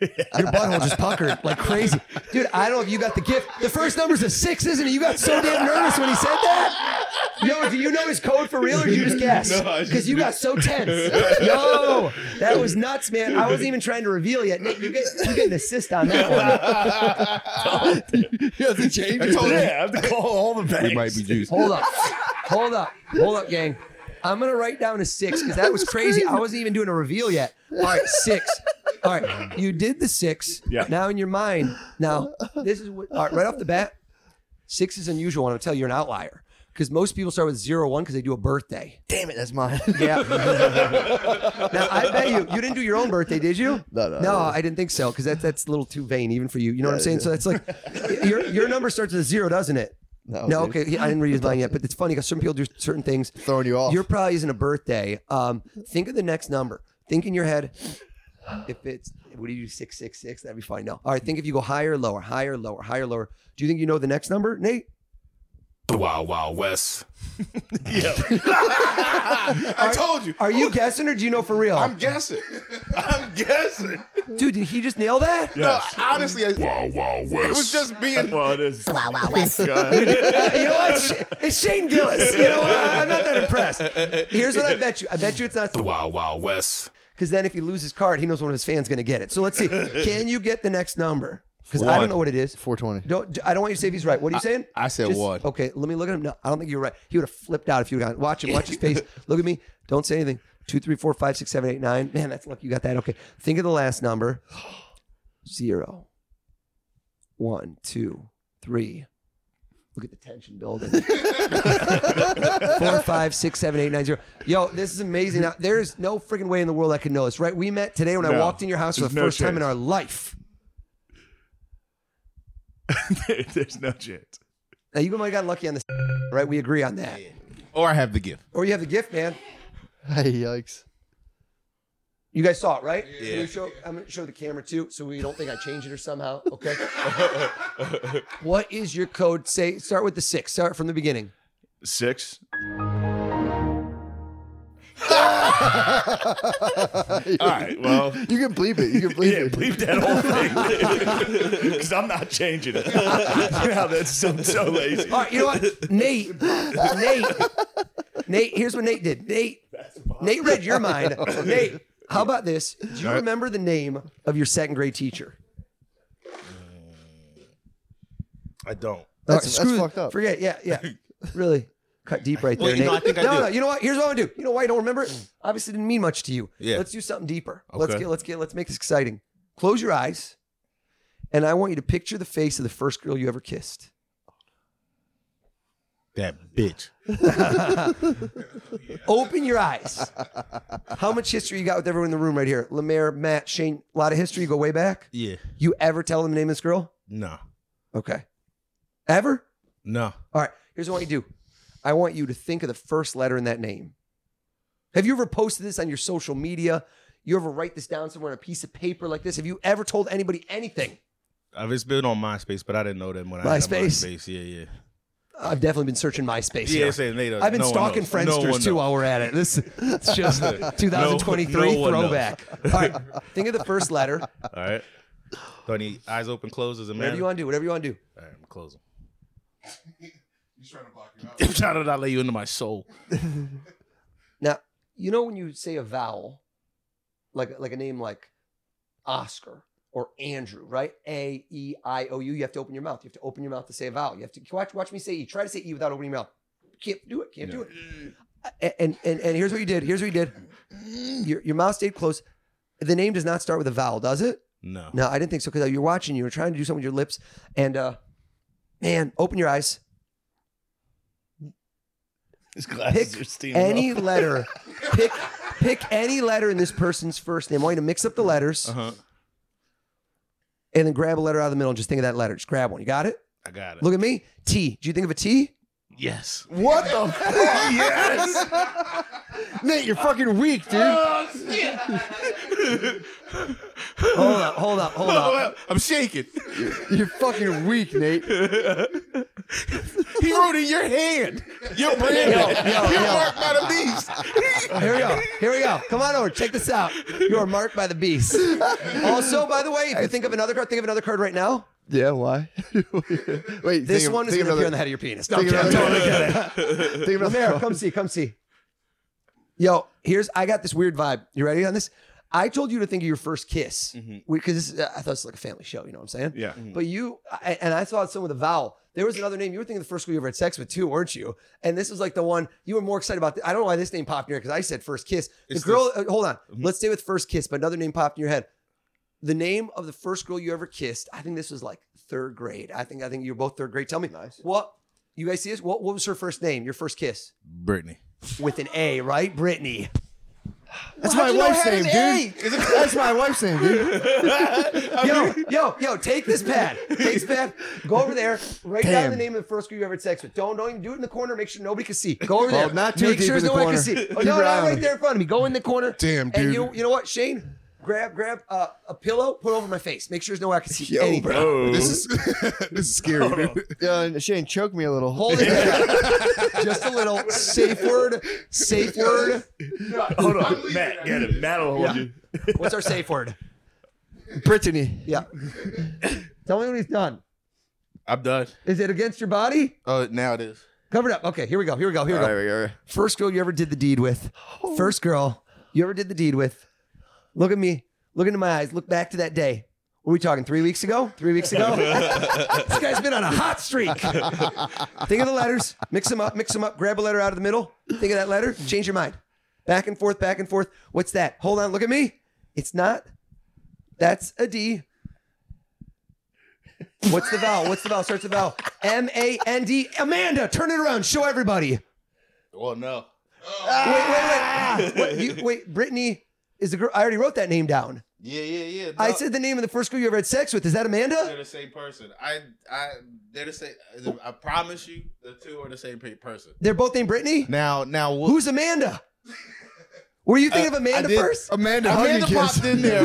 Speaker 3: Your butthole just puckered like crazy. Dude, I don't know if you got the gift. The first number's a six, isn't it? You got so damn nervous when he said that. Yo, do you know his code for real or did you just guess?
Speaker 5: No, I just
Speaker 3: Because you
Speaker 5: knew.
Speaker 3: got so tense. Yo, that was nuts, man. I wasn't even trying to reveal yet. Nick, you get, you get an assist on that one.
Speaker 1: I told you, I have to call all the banks.
Speaker 4: It might (laughs)
Speaker 3: (laughs)
Speaker 4: be juice.
Speaker 3: Hold up. Hold up. Hold up, gang. I'm gonna write down a six because that was crazy. I wasn't even doing a reveal yet. All right, six. All right, you did the six.
Speaker 1: Yeah.
Speaker 3: Now in your mind, now this is what. All right, right off the bat, six is unusual. And I'm gonna tell you, you're an outlier because most people start with zero one because they do a birthday.
Speaker 6: Damn it, that's (laughs) mine.
Speaker 3: Yeah. now I bet you you didn't do your own birthday, did you?
Speaker 6: No, no,
Speaker 3: No,
Speaker 6: no.
Speaker 3: I didn't think so because that's that's a little too vain even for you. You know what I'm saying? So that's like your your number starts with a zero, doesn't it?
Speaker 6: No,
Speaker 3: No,
Speaker 6: dude.
Speaker 3: okay. Yeah, I didn't read his line yet, but it's funny because certain people do certain things.
Speaker 6: Throwing you off.
Speaker 3: Your probably isn't a birthday. Um, think of the next number. Think in your head. If it's what do you do six six six? That'd be fine. No. All right. Think if you go higher, lower, higher, lower, higher, lower. Do you think you know the next number, Nate?
Speaker 5: Wow, wow, Wes. (laughs)
Speaker 3: I told you. Are you guessing or do you know for real?
Speaker 5: I'm guessing. (laughs) I'm guessing.
Speaker 3: Dude, did he just nail that?
Speaker 5: No, honestly, I, wow, wow, Wes. It was just being.
Speaker 1: Well, it is. Wow, wow,
Speaker 3: (laughs) you know what? Sh- It's Shane Gillis. You know what? I- I'm not that impressed. Here's what I bet you. I bet you it's not
Speaker 5: Wow, wow, Wes.
Speaker 3: because then if he loses card, he knows one of his fans going to get it. So let's see. Can you get the next number? Because I don't know what it is.
Speaker 6: 420.
Speaker 3: Don't, I don't want you to say if he's right. What are you saying?
Speaker 5: I said one.
Speaker 3: Okay, let me look at him. No, I don't think you're right. He would have flipped out if you got watch him, watch his
Speaker 5: (laughs)
Speaker 3: face. Look at me. Don't say anything. Two, three, four, five, six, seven, eight, nine. Man, that's lucky you got that. Okay. Think of the last number. (gasps) Zero. One, two, three. Look at the tension
Speaker 5: (laughs)
Speaker 3: building. Four, five, six, seven, eight, nine, zero. Yo, this is amazing. Now, there is no freaking way in the world I could know this, right? We met today when I
Speaker 1: No.
Speaker 3: walked in your house for the
Speaker 1: There's no
Speaker 3: first time in
Speaker 1: chance.
Speaker 3: our life.
Speaker 1: (laughs) There's no chance.
Speaker 3: Now, you might have gotten lucky on this, right? We agree on that.
Speaker 5: Or I have the gift.
Speaker 3: Or you have the gift, man.
Speaker 6: Hey, yikes.
Speaker 3: You guys saw it, right? Can we show, I'm going to show the camera too, so we don't think I changed it or somehow. Okay. what is your code? Say, start with the six. Start from the beginning.
Speaker 1: Six. All right. Well,
Speaker 6: You can bleep it. You can bleep
Speaker 1: yeah,
Speaker 6: it.
Speaker 1: bleep that whole thing because I'm not changing it. now that's so, so lazy.
Speaker 3: All right. You know what, Nate? Nate. Nate. Here's what Nate did. Nate. Nate read your mind. Nate. How about this? Do you remember the name of your second grade teacher?
Speaker 5: I don't.
Speaker 6: That's,
Speaker 3: All right,
Speaker 6: that's
Speaker 3: screw-
Speaker 6: fucked up.
Speaker 3: Forget. Yeah, yeah. Really cut deep right there.
Speaker 5: Well, you know,
Speaker 3: Nate.
Speaker 5: I think I
Speaker 3: no,
Speaker 5: do. Mm.
Speaker 3: no. You know what? Here's what I want to do. You know why I don't remember it? Obviously, didn't mean much to you.
Speaker 5: Yeah.
Speaker 3: Let's do something deeper. Let's
Speaker 5: Okay.
Speaker 3: get. Let's get. Let's make this exciting. Close your eyes, and I want you to picture the face of the first girl you ever
Speaker 5: (laughs)
Speaker 3: kissed.
Speaker 5: That bitch.
Speaker 3: Open your eyes. How much history you got with everyone in the room right here? Lemaire, Matt, Shane, a lot of history. You go way back.
Speaker 5: Yeah.
Speaker 3: You ever tell them the name of this girl?
Speaker 5: No.
Speaker 3: Okay. Ever?
Speaker 5: No.
Speaker 3: All right. Here's what I want you to do. I want you to think of the first letter in that name. Have you ever posted this on your social media? You ever write this down somewhere on a piece of paper like this? Have you ever told anybody anything?
Speaker 5: I've it's been on MySpace, but I didn't know that when I had a
Speaker 3: MySpace?
Speaker 5: MySpace. Yeah, yeah.
Speaker 3: I've definitely been searching MySpace.
Speaker 5: Yeah,
Speaker 3: here.
Speaker 5: say they don't-
Speaker 3: I've been
Speaker 5: uh, no one
Speaker 3: stalking
Speaker 5: knows. No
Speaker 3: Friendsters
Speaker 5: one
Speaker 3: too
Speaker 5: knows.
Speaker 3: while we're at it.
Speaker 5: (laughs)
Speaker 3: This it's just (laughs)
Speaker 5: No-
Speaker 3: 2023
Speaker 5: no one knows.
Speaker 3: throwback. All right, think of the first
Speaker 5: (laughs)
Speaker 3: letter.
Speaker 5: All right. Do I need eyes open, closed as a man?
Speaker 3: Whatever you want to do, whatever you want to do.
Speaker 5: All right, I'm closing. (laughs)
Speaker 4: He's trying to block you out.
Speaker 5: I'm trying to not let you into my soul.
Speaker 3: Now, you know when you say a vowel, like like a name like Oscar or Andrew, right? A E I O U. You have to open your mouth. You have to open your mouth to say a vowel. You have to watch watch me say E. Try to say E without opening your mouth. Can't do it. Can't do it. A- And and and here's what you did. Here's what you did. Your your mouth stayed closed. The name does not start with a vowel, does it?
Speaker 5: No.
Speaker 3: No, I didn't think so because you're watching. You were trying to do something with your lips, and uh, man, open your eyes.
Speaker 1: His glasses
Speaker 3: Pick
Speaker 1: are steaming
Speaker 3: any
Speaker 1: up.
Speaker 3: letter. Pick pick any letter in this person's first name. I want you to mix up the letters
Speaker 5: Uh
Speaker 1: Uh-huh.
Speaker 5: huh.
Speaker 3: and then grab a letter out of the middle and just think of that letter. Just grab one. You got it?
Speaker 5: I got it.
Speaker 3: Look at me. T. Do you think of a T?
Speaker 5: Yes.
Speaker 6: What
Speaker 1: (laughs)
Speaker 6: the fuck? yes. Nate, you're fucking weak, dude.
Speaker 1: Oh,
Speaker 6: (laughs)
Speaker 3: Hold up, hold up,
Speaker 1: (laughs)
Speaker 3: hold
Speaker 5: (laughs)
Speaker 3: up.
Speaker 5: I'm shaking.
Speaker 6: You're fucking weak, Nate.
Speaker 5: He wrote in your hand. Your brand. You're marked by the beast.
Speaker 3: Here we go. Here we go. Come on over. Check this out. You are marked by the beast. Also, by the way, if you think of another card, think of another card right now.
Speaker 6: Yeah,
Speaker 3: (laughs)
Speaker 6: why? Wait,
Speaker 3: This
Speaker 6: think of-
Speaker 3: one is
Speaker 6: think of
Speaker 3: going to appear
Speaker 6: another-
Speaker 3: on the head of your penis. No, I'm
Speaker 6: Think
Speaker 3: kidding.
Speaker 6: of
Speaker 3: I'm
Speaker 6: another-
Speaker 3: totally kidding.
Speaker 6: Think of
Speaker 3: Lamero, come see, come see. Yo, here's I got this weird vibe. You ready on this? I told you to think of your first kiss because this I thought it's like a family show. You know what I'm saying?
Speaker 1: Yeah.
Speaker 3: But you I- and I saw someone with a vowel. There was another name. You were thinking of the first girl you ever had sex with too, weren't you? And this was like the one you were more excited about. I don't know why this name popped in your head because I said first kiss. The
Speaker 5: It's
Speaker 3: girl. uh, hold on. Let's stay with first kiss, but another name popped in your head. The name of the first girl you ever kissed. I think this was like third grade. I think I think you were both third grade. Tell me, what you guys see this? What what was her first name? Your first kiss
Speaker 5: Brittany.
Speaker 3: with an A, right? Brittany.
Speaker 6: That's
Speaker 3: How'd
Speaker 6: my
Speaker 3: you know I
Speaker 6: wife's
Speaker 3: had
Speaker 6: name,
Speaker 3: an
Speaker 6: dude. That's my wife's name, dude. (laughs)
Speaker 3: Yo, yo, yo, take this pad. Take this pad. Go over there. Write down
Speaker 6: Damn.
Speaker 3: the name of the first girl you ever had sex with. Don't don't even do it in the corner. Make sure nobody can see. Go over
Speaker 6: Well,
Speaker 3: there.
Speaker 6: not too
Speaker 3: Make
Speaker 6: deep
Speaker 3: sure
Speaker 6: in the
Speaker 3: no one
Speaker 6: corner.
Speaker 3: can see.
Speaker 6: Keep
Speaker 3: Oh, no,
Speaker 6: your
Speaker 3: no,
Speaker 6: eye on
Speaker 3: right
Speaker 6: it.
Speaker 3: there in front of me. Go in the corner.
Speaker 4: Damn,
Speaker 3: And
Speaker 4: dude.
Speaker 3: you you know what, Shane? Grab grab uh, a pillow, put it over my face. Make sure there's no one can see
Speaker 6: Yo,
Speaker 3: anything.
Speaker 1: Oh,
Speaker 4: (laughs) This is (laughs) this is scary, dude.
Speaker 6: (laughs) Yeah, and Shane, choke me a little.
Speaker 3: Hold it down. Just a little safe word. Safe word.
Speaker 1: hold on, Matt, get him. Matt will hold
Speaker 3: Yeah.
Speaker 1: you.
Speaker 3: What's our safe word?
Speaker 6: Brittany.
Speaker 3: Yeah. (laughs) Tell me when he's done.
Speaker 5: I'm done.
Speaker 3: Is it against your body?
Speaker 5: Oh, now it is.
Speaker 3: Covered up. Okay, here we go. Here we go. Here we
Speaker 6: (laughs) All
Speaker 3: go.
Speaker 6: right, all right, all right.
Speaker 3: First girl you ever did the deed with. First girl you ever did the deed with. Look at me. Look into my eyes. Look back to that day. What are we talking? Three weeks ago? Three weeks ago? this guy's been on a hot streak. Think of the letters. Mix them up. Mix them up. Grab a letter out of the middle. Think of that letter. Change your mind. Back and forth. Back and forth. What's that? Hold on. Look at me. It's not. That's a D. What's the vowel? What's the vowel? Starts with vowel. M A N D. Amanda, turn it around. Show everybody.
Speaker 5: Oh no. Oh.
Speaker 3: Wait, wait,
Speaker 5: (laughs)
Speaker 3: wait. What, you, wait, Brittany is the girl. I already wrote that name down.
Speaker 5: Yeah, yeah, yeah. No.
Speaker 3: I said the name of the first girl you ever had sex with. Is that
Speaker 5: they're
Speaker 3: Amanda?
Speaker 5: the same person. I, I, they're the same. I promise you, the two are the same pe- person.
Speaker 3: They're both named Brittany?
Speaker 5: Now, now, wh-
Speaker 3: Who's Amanda? Were you thinking
Speaker 5: Uh,
Speaker 3: of Amanda
Speaker 5: I did-
Speaker 3: first?
Speaker 6: Amanda,
Speaker 5: (laughs) Amanda
Speaker 6: hug and
Speaker 5: popped
Speaker 6: kiss.
Speaker 5: in there,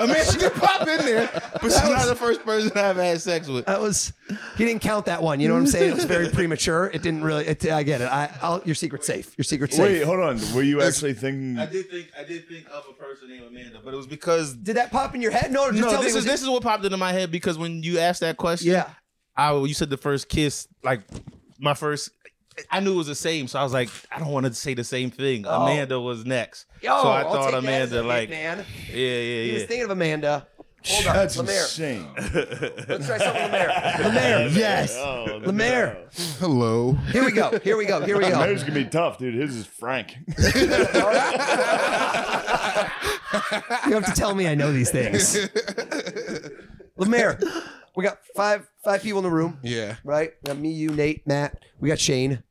Speaker 3: (laughs)
Speaker 5: Amanda did pop in there, but she's not the first person I've had sex with.
Speaker 3: That was he didn't count that one. You know what I'm saying? It was
Speaker 5: (laughs)
Speaker 3: very premature. It didn't really. It, I get it. I, I'll, your secret's safe. Your secret's safe.
Speaker 1: Wait, hold on. Were you actually thinking?
Speaker 5: I did think I did think of a person named Amanda, but it was because
Speaker 3: Did that pop in your head? No, just
Speaker 5: no,
Speaker 3: tell
Speaker 5: this
Speaker 3: me.
Speaker 5: is
Speaker 3: was it-
Speaker 5: this is what popped into my head because when you asked that question,
Speaker 3: Yeah.
Speaker 5: I you said the first kiss, like my first. I knew it was the same, so I was like, I don't want to say the same thing. Amanda was next,
Speaker 3: Oh. Yo,
Speaker 5: so I
Speaker 3: Oh, I'll
Speaker 5: thought
Speaker 3: take that as a
Speaker 5: Amanda,
Speaker 3: hit,
Speaker 5: like,
Speaker 3: man.
Speaker 5: yeah, yeah,
Speaker 3: He
Speaker 5: yeah.
Speaker 3: was thinking of Amanda. Hold on,
Speaker 1: That's
Speaker 3: Lemaire.
Speaker 1: insane.
Speaker 3: Let's
Speaker 5: (laughs)
Speaker 3: try something with Lemaire. Lemaire, yes.
Speaker 1: Oh,
Speaker 3: Lemaire.
Speaker 4: (laughs) Hello.
Speaker 3: Here we go. Here we go. Here we go.
Speaker 1: Lemaire's gonna be tough, dude. His is Frank.
Speaker 3: You have to tell me I know these things. Lemaire, we got five five people in the room,
Speaker 1: (laughs)
Speaker 4: Yeah. (laughs)
Speaker 3: right? We got me, you, Nate, Matt. We got Shane.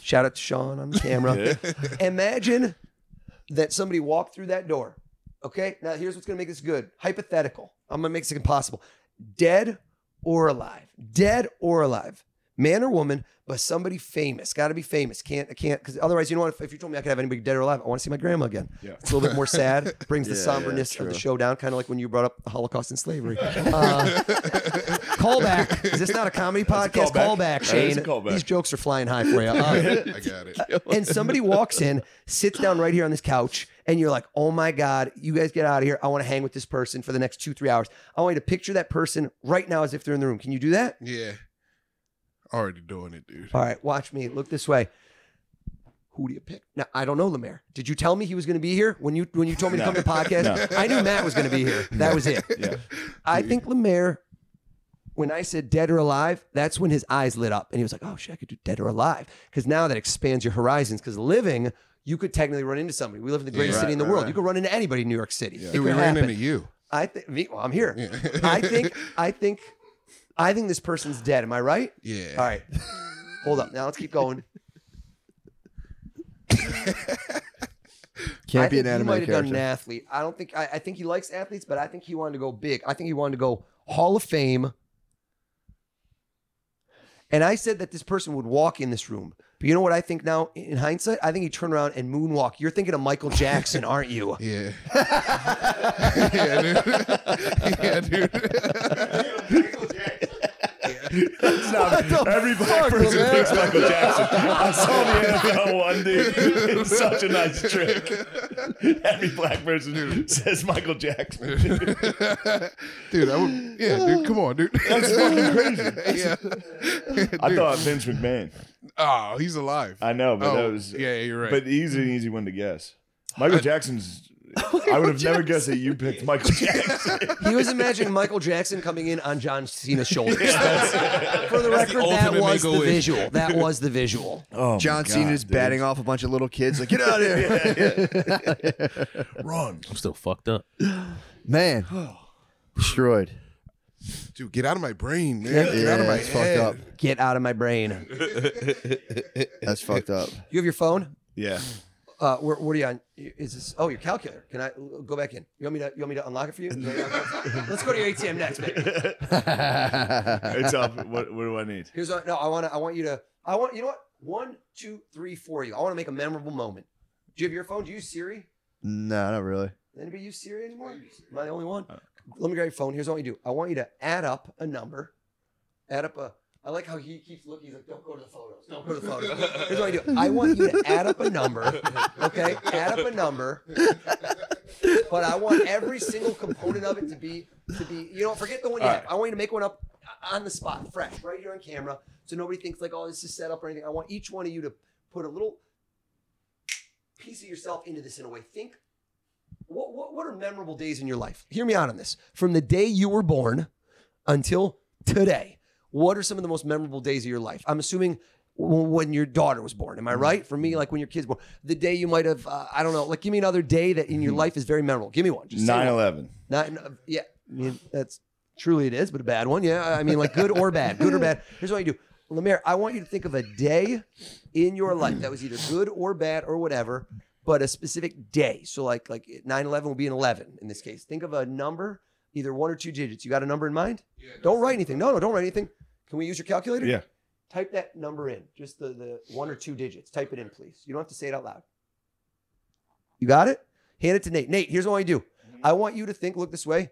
Speaker 3: Shout out to Sean on
Speaker 2: (laughs)
Speaker 3: the camera. Imagine that somebody walked through that door. Okay, now here's what's gonna make this good. Hypothetical. I'm gonna make this impossible. Dead or alive. Dead or alive. Man or woman, but somebody famous. Got to be famous. Can't I can't because otherwise, you know what? If, if you told me I could have anybody dead or alive, I want to see my grandma again.
Speaker 1: Yeah.
Speaker 3: It's a little bit
Speaker 2: (laughs)
Speaker 3: more sad. Brings the
Speaker 2: Yeah, yeah,
Speaker 3: somberness of the
Speaker 2: true.
Speaker 3: show down, kind of like when you brought up the Holocaust
Speaker 2: (laughs)
Speaker 3: and slavery. Uh, callback. Is this not a comedy
Speaker 1: That's a
Speaker 3: podcast?
Speaker 1: callback.
Speaker 3: Callback,
Speaker 1: That
Speaker 3: Shane.
Speaker 1: is a callback.
Speaker 3: These jokes are flying high for you.
Speaker 1: (laughs)
Speaker 3: Uh,
Speaker 4: I got it.
Speaker 3: and somebody walks in, sits down right here on this couch, and you're like, oh my God, you guys get out of here. I want to hang with this person for the next two, three hours. I want you to picture that person right now as if they're in the room. Can you do that?
Speaker 4: Yeah. Already doing it, dude.
Speaker 3: All right, watch me. Look this way. Who do you pick? Now I don't know Lemaire. Did you tell me he was going to be here when you when you told me to come to the podcast?
Speaker 1: No.
Speaker 3: I knew Matt was going to be here. That was it.
Speaker 4: (laughs)
Speaker 1: Yeah.
Speaker 3: I think Lemaire, when I said dead or alive, that's when his eyes lit up and he was like, "Oh shit, I could do dead or alive." Because now that expands your horizons. Because living, you could technically run into somebody. We live in the greatest
Speaker 4: Yeah.
Speaker 3: city in the
Speaker 2: Right,
Speaker 3: world.
Speaker 2: right,
Speaker 3: You could run into anybody in New York City. It
Speaker 4: Dude, we
Speaker 3: could
Speaker 4: ran
Speaker 3: happen.
Speaker 4: into you.
Speaker 3: I think. Well, I'm here.
Speaker 4: Yeah.
Speaker 3: I think. I think. I think this person's dead. Am I right?
Speaker 4: Yeah.
Speaker 3: All right. Hold up. Now let's keep going.
Speaker 2: Can't
Speaker 3: I
Speaker 2: be an
Speaker 3: think he
Speaker 2: anime
Speaker 3: might have
Speaker 2: character.
Speaker 3: done an athlete. I don't think. I, I think he likes athletes, but I think he wanted to go big. I think he wanted to go Hall of Fame. And I said that this person would walk in this room. But you know what I think now? In hindsight, I think he turned around and moonwalk. You're thinking of Michael Jackson, aren't
Speaker 4: (laughs)
Speaker 3: you?
Speaker 4: Yeah.
Speaker 3: (laughs)
Speaker 4: yeah, dude. (laughs) yeah, dude. (laughs)
Speaker 1: It's not- every black person
Speaker 2: man?
Speaker 1: thinks Michael Jackson. I saw the NFL one, dude. It's such a nice trick. Every black person says Michael Jackson.
Speaker 4: dude, I
Speaker 3: (gasps)
Speaker 4: would. Yeah, dude. Come on, dude. That's
Speaker 1: fucking crazy.
Speaker 4: (laughs) yeah.
Speaker 1: I thought Vince McMahon.
Speaker 4: Oh, he's alive.
Speaker 1: I know, but
Speaker 4: Oh,
Speaker 1: that was
Speaker 4: yeah, you're right.
Speaker 1: But he's an easy one to guess. Michael
Speaker 6: (laughs)
Speaker 1: Jackson's. I would have never guessed that you picked Michael Jackson.
Speaker 3: (laughs) He was imagining Michael Jackson coming in on John Cena's shoulders. That's- for the
Speaker 5: That's the
Speaker 3: record, that
Speaker 5: ultimate
Speaker 3: was the
Speaker 5: make-a-wish.
Speaker 3: visual. That was the visual.
Speaker 1: Oh,
Speaker 2: John Cena's batting off a bunch of little kids. Like, get
Speaker 3: (laughs)
Speaker 2: out of here,
Speaker 6: (laughs)
Speaker 1: Run.
Speaker 5: I'm still
Speaker 3: (laughs)
Speaker 5: fucked (laughs) up.
Speaker 3: (gasps)
Speaker 2: man. Destroyed.
Speaker 4: dude, get out of my brain, man. get out of my
Speaker 2: that's fucked
Speaker 4: head.
Speaker 2: up.
Speaker 3: Get out of my brain.
Speaker 2: That's fucked
Speaker 3: (laughs)
Speaker 2: up.
Speaker 3: You have your phone?
Speaker 1: Yeah.
Speaker 3: Uh, where, what are you on? Is this? Oh, your calculator. Can I go back in? You want me to? You want me to unlock it for you? Let's go to your ATM next. Babe.
Speaker 1: It's up. What, what do I need?
Speaker 3: Here's what. No, I want to. I want you to. I want. You know what? One, two, three for you. I want to make a memorable moment. Do you have your phone? Do you use Siri?
Speaker 2: No, not really.
Speaker 3: Anybody use Siri anymore? Am I the only
Speaker 1: Uh,
Speaker 3: one? Let me grab your phone. Here's what you do. I want you to add up a number. Add up a. I like how he keeps looking. He's like, "Don't go to the photos. Don't go to the photos." (laughs) Here's what I do. I want you to add up a number. Okay, add up a number. But I want every single component of it to be to be. You know, forget the one you
Speaker 1: All
Speaker 3: have.
Speaker 1: right.
Speaker 3: I want you to make one up uh, on the spot, fresh, right here on camera, so nobody thinks like, "Oh, this is set up or anything." I want each one of you to put a little piece of yourself into this in a way. Think what, what what are memorable days in your life? Hear me out on this. From the day you were born until today, what are some of the most memorable days of your life? I'm assuming w- when your daughter was born. Am I right? For me, like when your kids born, the day you might have, uh, I don't know, like give me another day that in your life is very memorable. Give me one. Just say one.
Speaker 1: 9 11.
Speaker 3: Not, no, yeah, I mean, that's truly it is, but a bad one. Yeah, I mean, like good or bad, good or bad. Here's what you do, Lemaire. I want you to think of a day in your life that was either good or bad or whatever, but a specific day. So like like 9/11 will be an 11 in this case. Think of a number, either one or two digits. You got a number in mind? don't write anything. No, no, don't write anything. Can we use your calculator?
Speaker 1: Yeah.
Speaker 3: Type that number in, just the the one or two digits. Type it in, please. You don't have to say it out loud. You got it? Hand it to Nate. Nate, here's what I do. I want you to think, look this way.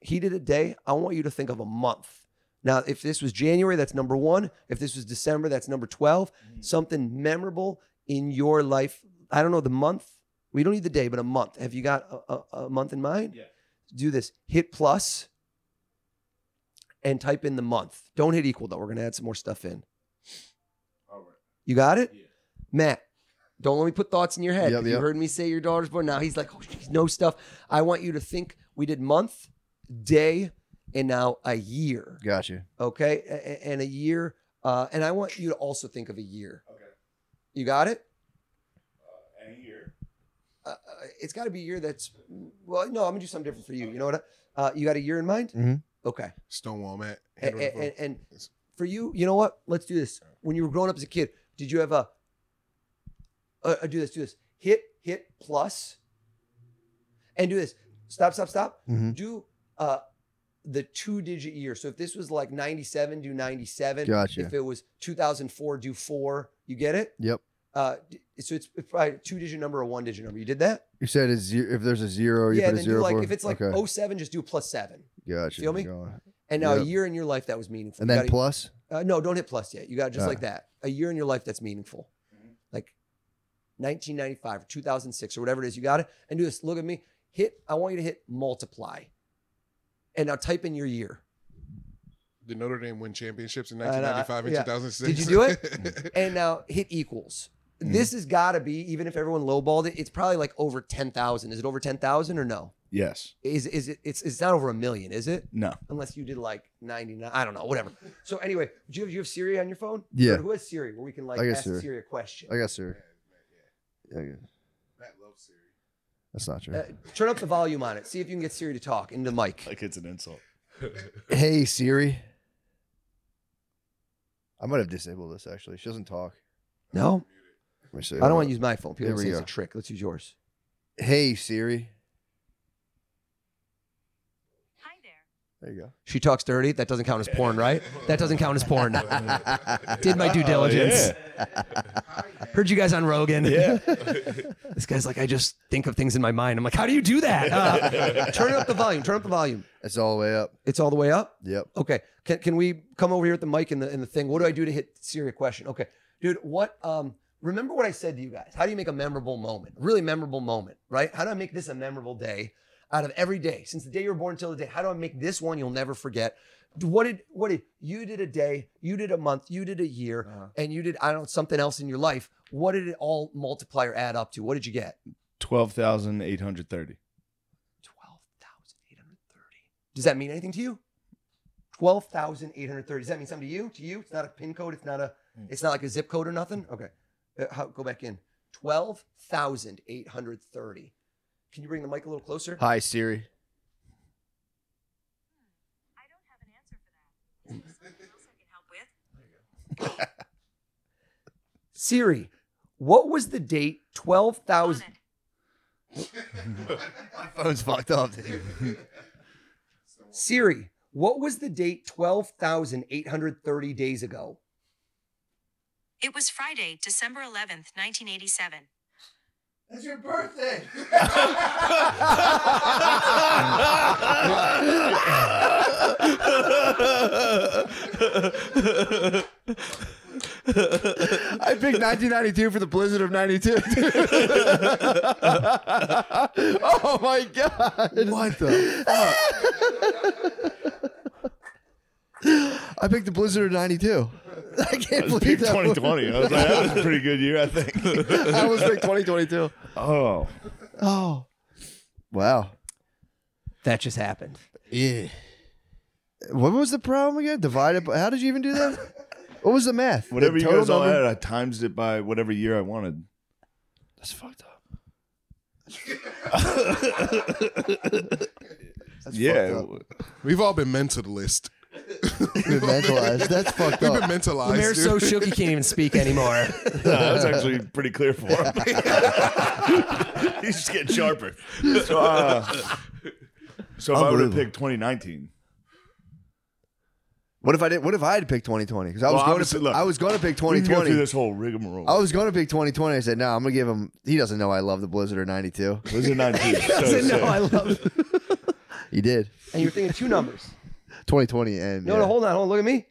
Speaker 3: He did a day. I want you to think of a month. Now, if this was January, that's number one. If this was December, that's number 12.
Speaker 5: Mm-hmm.
Speaker 3: Something memorable in your life. I don't know the month. We don't need the day, but a month. Have you got a, a, a month in mind?
Speaker 5: Yeah.
Speaker 3: Do this. Hit plus and type in the month. Don't hit equal, though. We're going to add some more stuff in.
Speaker 5: All right.
Speaker 3: You got it?
Speaker 5: Yeah.
Speaker 3: Matt, don't let me put thoughts in your head.
Speaker 2: Yep,
Speaker 3: If You
Speaker 2: yep.
Speaker 3: heard me say your daughter's born. Now he's like, oh, she's no stuff. I want you to think we did month, day, and now a year.
Speaker 2: Gotcha.
Speaker 3: Okay. A- a- And a year. Uh, and I want you to also think of a year. Okay. You got it? Uh, uh, it's got to be a year that's, well, no, I'm going to do something different for you. You know what? I, uh, you got a year in mind?
Speaker 2: Mhm.
Speaker 3: Okay.
Speaker 4: Stonewall Matt.
Speaker 3: A- a-
Speaker 4: Mm-hmm. Hand
Speaker 3: And,
Speaker 4: over the
Speaker 3: and,
Speaker 4: phone.
Speaker 3: for you, you know what? Let's do this. When you were growing up as a kid, did you have a uh, uh, do this, do this. Hit, hit, plus, and do this. Stop, stop, stop.
Speaker 6: Mhm.
Speaker 3: Do uh the two digit year. So if this was like 97, do 97.
Speaker 6: Gotcha.
Speaker 3: If it was 2004, do four. You get it?
Speaker 6: Yep.
Speaker 3: Uh, d- so it's, it's probably a two digit number or one digit number. You did that?
Speaker 6: You said it's zero, if there's a zero, you
Speaker 3: yeah,
Speaker 6: put a
Speaker 3: then do
Speaker 6: zero.
Speaker 3: like,
Speaker 6: for-
Speaker 3: if it's like
Speaker 6: okay.
Speaker 3: oh seven, 07, just do plus seven.
Speaker 6: gotcha.
Speaker 3: feel me?
Speaker 6: Gone.
Speaker 3: And now a
Speaker 6: Yep.
Speaker 3: year in your life that was meaningful.
Speaker 6: And
Speaker 3: You
Speaker 6: then
Speaker 3: gotta-
Speaker 6: plus.
Speaker 3: uh, no, don't hit plus yet. You got just
Speaker 6: Uh.
Speaker 3: like that. A year in your life that's meaningful, like 1995 or 2006 or whatever it is. You got it. And do this. Look at me. Hit. I want you to hit multiply. And now type in your year.
Speaker 4: Did Notre Dame win championships in
Speaker 3: I know, I-
Speaker 4: 1995 and
Speaker 3: yeah.
Speaker 4: 2006?
Speaker 3: Did you do it? And now hit equals.
Speaker 6: Mm-hmm.
Speaker 3: This has got to be even if everyone lowballed it. It's probably like over 10,000. Is it over 10,000 or no?
Speaker 1: Yes.
Speaker 3: Is is it? It's it's not over a million, is it?
Speaker 1: No.
Speaker 3: Unless you did like 99. I don't know. Whatever. So anyway, do you have, do you have Siri on your phone?
Speaker 6: Yeah.
Speaker 3: Or who has Siri where we can like
Speaker 6: I got
Speaker 3: ask Siri.
Speaker 6: Siri.
Speaker 3: a question?
Speaker 6: I guess, sir. Yeah, yeah.
Speaker 4: Matt loves Siri.
Speaker 6: That's not true.
Speaker 3: Uh, turn up the volume on it. See if you can get Siri to talk into the mic.
Speaker 1: Like it's an insult.
Speaker 6: (laughs) hey Siri. I might have disabled this actually. She doesn't talk.
Speaker 3: No,
Speaker 6: Let me see.
Speaker 3: I don't want to use my phone. People
Speaker 6: There
Speaker 3: say
Speaker 6: we
Speaker 3: it's a
Speaker 6: go.
Speaker 3: trick. Let's use yours.
Speaker 6: Hey Siri.
Speaker 7: Hi there.
Speaker 6: There
Speaker 3: (laughs)
Speaker 6: you go.
Speaker 3: She talks dirty. That doesn't count as porn, right? That doesn't count as porn.
Speaker 6: (laughs)
Speaker 3: Did my due
Speaker 6: Oh,
Speaker 3: diligence. Heard you guys on Rogan.
Speaker 1: Yeah.
Speaker 3: (laughs) this guy's like, I just think of things in my mind. I'm like, how do you do that?
Speaker 6: (laughs)
Speaker 3: Uh, turn up the volume. Turn up the volume.
Speaker 6: It's all the way up.
Speaker 3: It's all the way up.
Speaker 6: Yep.
Speaker 3: Okay. Can, can we come over here at the mic and the, and the thing? What do I do to hit Siri a question? Okay. Dude, what, um, remember what I said to you guys. How do you make a memorable moment? Really memorable moment, right? How do I make this a memorable day out of every day since the day you were born till the day? How do I make this one you'll never forget? What did, what did, you did a day, you did a month, you did a year, and you did, I don't know, something else in your life. What did it all multiply or add up to? What did you get?
Speaker 1: (laughs) 12,830.
Speaker 3: 12,830. Does that mean anything to you? 12,830. Does that mean something to you? To you? It's not a pin code. It's not a it's not like a zip code or nothing. Okay. Uh, how, go back in. 12,830. Can you bring the mic a little closer?
Speaker 6: Hi Siri.
Speaker 7: I don't have an answer for that. Is there something else I can help with?
Speaker 3: Siri, what was the date 12,000
Speaker 7: On it.
Speaker 6: My phone's fucked up, dude.
Speaker 3: Siri, what was the date 12,830 days ago?
Speaker 7: It was Friday, December 11th, 1987.
Speaker 3: That's your birthday.
Speaker 6: I picked 1992 for the blizzard of 92. oh my god! What the? I picked the blizzard of 92. I can't
Speaker 1: It was peak
Speaker 6: believe that.
Speaker 1: 2020. I was like, that was a pretty good year, I
Speaker 6: (laughs)
Speaker 1: think.
Speaker 6: I was picked 2022.
Speaker 1: oh.
Speaker 6: Oh, wow.
Speaker 3: That just happened.
Speaker 6: Yeah. What was the problem again? Divided by? How did you even do that? What was the math? The
Speaker 1: Whatever year
Speaker 6: total
Speaker 1: was all
Speaker 6: number?
Speaker 1: out, I times it by whatever year I wanted.
Speaker 6: That's fucked
Speaker 1: (laughs)
Speaker 6: up.
Speaker 1: yeah.
Speaker 4: (laughs) We've all been mentalist.
Speaker 6: We've
Speaker 1: (laughs)
Speaker 6: mentalized. That's fucked
Speaker 4: We've
Speaker 6: up.
Speaker 4: been mentalized.
Speaker 3: Mayor's
Speaker 4: dude.
Speaker 3: so shook he can't even (laughs) speak anymore.
Speaker 1: (laughs) No, that was actually pretty clear for him. (laughs) He's just getting sharper. So, uh, so if I would have
Speaker 6: Unbelievable.
Speaker 1: picked 2019,
Speaker 6: What if I did? What if I had picked 2020? Because I was
Speaker 1: Well,
Speaker 6: going to.
Speaker 1: obviously, look,
Speaker 6: I was going to pick
Speaker 1: we can go through
Speaker 6: 2020.
Speaker 1: this whole rigmarole.
Speaker 6: I was going to pick 2020. I said, no, I'm going to give him. He doesn't know I love the Blizzard or 92.
Speaker 1: was it (laughs) 19? so,
Speaker 3: no,
Speaker 1: so-
Speaker 3: I love (laughs) it.
Speaker 6: He did.
Speaker 3: And you're thinking two numbers.
Speaker 6: 2020 and
Speaker 3: No,
Speaker 6: yeah.
Speaker 3: no, hold on, hold on. Look at me.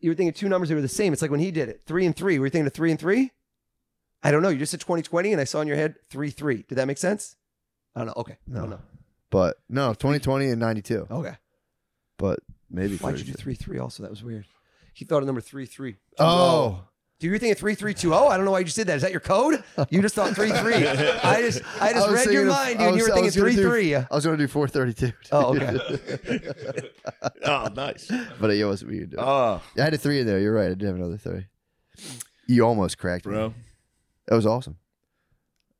Speaker 3: You were thinking two numbers that were the same. It's like when he did it, three and three. Were you thinking of three and three? I don't know. You just said 2020, and I saw in your head three three. Did that make sense? I don't know. Okay. I don't know.
Speaker 6: But no, 2020 and 92.
Speaker 3: Okay.
Speaker 6: But maybe.
Speaker 3: Why'd you do
Speaker 6: 30.
Speaker 3: three three? Also, that was weird. He thought of number three three.
Speaker 6: Oh,
Speaker 3: Do you think three three two zero? I don't know why you just did that. Is that your code? You just thought
Speaker 6: (laughs)
Speaker 3: three three. I just I just
Speaker 6: I was
Speaker 3: read your
Speaker 6: thinking of-
Speaker 3: mind,
Speaker 6: I
Speaker 3: dude. You
Speaker 6: was-
Speaker 3: were
Speaker 6: I
Speaker 3: thinking
Speaker 6: was gonna
Speaker 3: three
Speaker 6: do- (laughs)
Speaker 3: three.
Speaker 6: I was going to do 432. dude.
Speaker 3: Oh, okay.
Speaker 1: oh, nice.
Speaker 6: (laughs) but it wasn't what you did.
Speaker 1: Oh,
Speaker 6: I had a three in there. You're right. I did have another three. You almost cracked me.
Speaker 1: bro.
Speaker 6: That was awesome.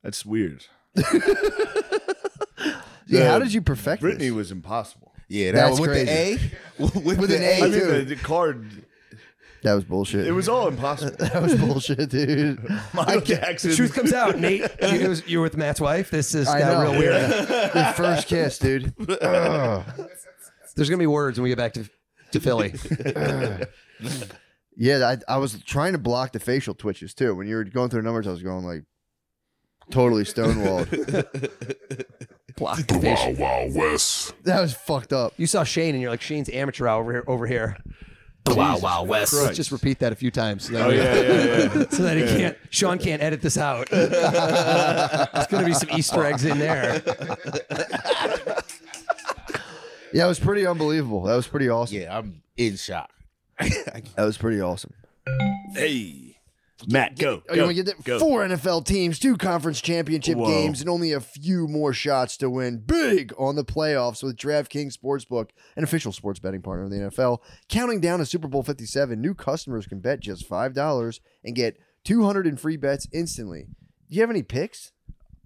Speaker 1: That's weird.
Speaker 6: Yeah,
Speaker 1: The-
Speaker 6: how did you perfect
Speaker 1: Brittany
Speaker 6: this?
Speaker 1: was impossible.
Speaker 8: Yeah, that
Speaker 6: That's
Speaker 8: one with
Speaker 6: crazy.
Speaker 8: the A, with,
Speaker 6: (laughs) With
Speaker 8: the
Speaker 6: an
Speaker 8: A.
Speaker 6: A.
Speaker 9: I
Speaker 6: Hey,
Speaker 9: mean, the,
Speaker 6: dude.
Speaker 9: the card.
Speaker 6: That was bullshit.
Speaker 9: It was all
Speaker 1: (laughs)
Speaker 9: impossible.
Speaker 6: (laughs) that was bullshit, dude.
Speaker 9: Michael Jackson.
Speaker 3: The truth comes
Speaker 6: (laughs)
Speaker 3: out, Nate. You, was, you're with Matt's wife. This is
Speaker 6: I
Speaker 3: got
Speaker 6: know.
Speaker 3: real weird.
Speaker 6: Your first
Speaker 3: (laughs)
Speaker 6: kiss, dude.
Speaker 3: There's gonna be words when we get back to
Speaker 6: (laughs)
Speaker 3: to Philly.
Speaker 6: Yeah, I, I was trying to block the facial twitches too. When you were going through the numbers, I was going like
Speaker 1: (laughs)
Speaker 6: totally stonewalled.
Speaker 3: Block the fish.
Speaker 10: Wow, Wes.
Speaker 6: that was fucked up.
Speaker 3: You saw Shane, and you're like, Shane's amateur hour over here.
Speaker 6: (laughs)
Speaker 3: Over here.
Speaker 8: Wow, wow, West.
Speaker 3: Let's just repeat that a few times. So that,
Speaker 9: Oh yeah, yeah, yeah.
Speaker 3: so that he can't. Sean can't edit this
Speaker 6: (laughs)
Speaker 3: out. There's gonna be some Easter eggs in there.
Speaker 6: Yeah, it was pretty unbelievable. That was pretty awesome.
Speaker 8: Yeah, I'm in shock.
Speaker 6: (laughs) That was pretty awesome.
Speaker 9: Hey, Matt, go. go,
Speaker 6: Oh, you want to get that?
Speaker 9: go.
Speaker 6: Four NFL teams, two conference championship
Speaker 9: Whoa.
Speaker 6: games, and only a few more shots to win big on the playoffs with DraftKings Sportsbook, an official sports betting partner of the NFL. Counting down to Super Bowl 57, new customers can bet just $5 and get 200 in free bets instantly. Do you have any picks?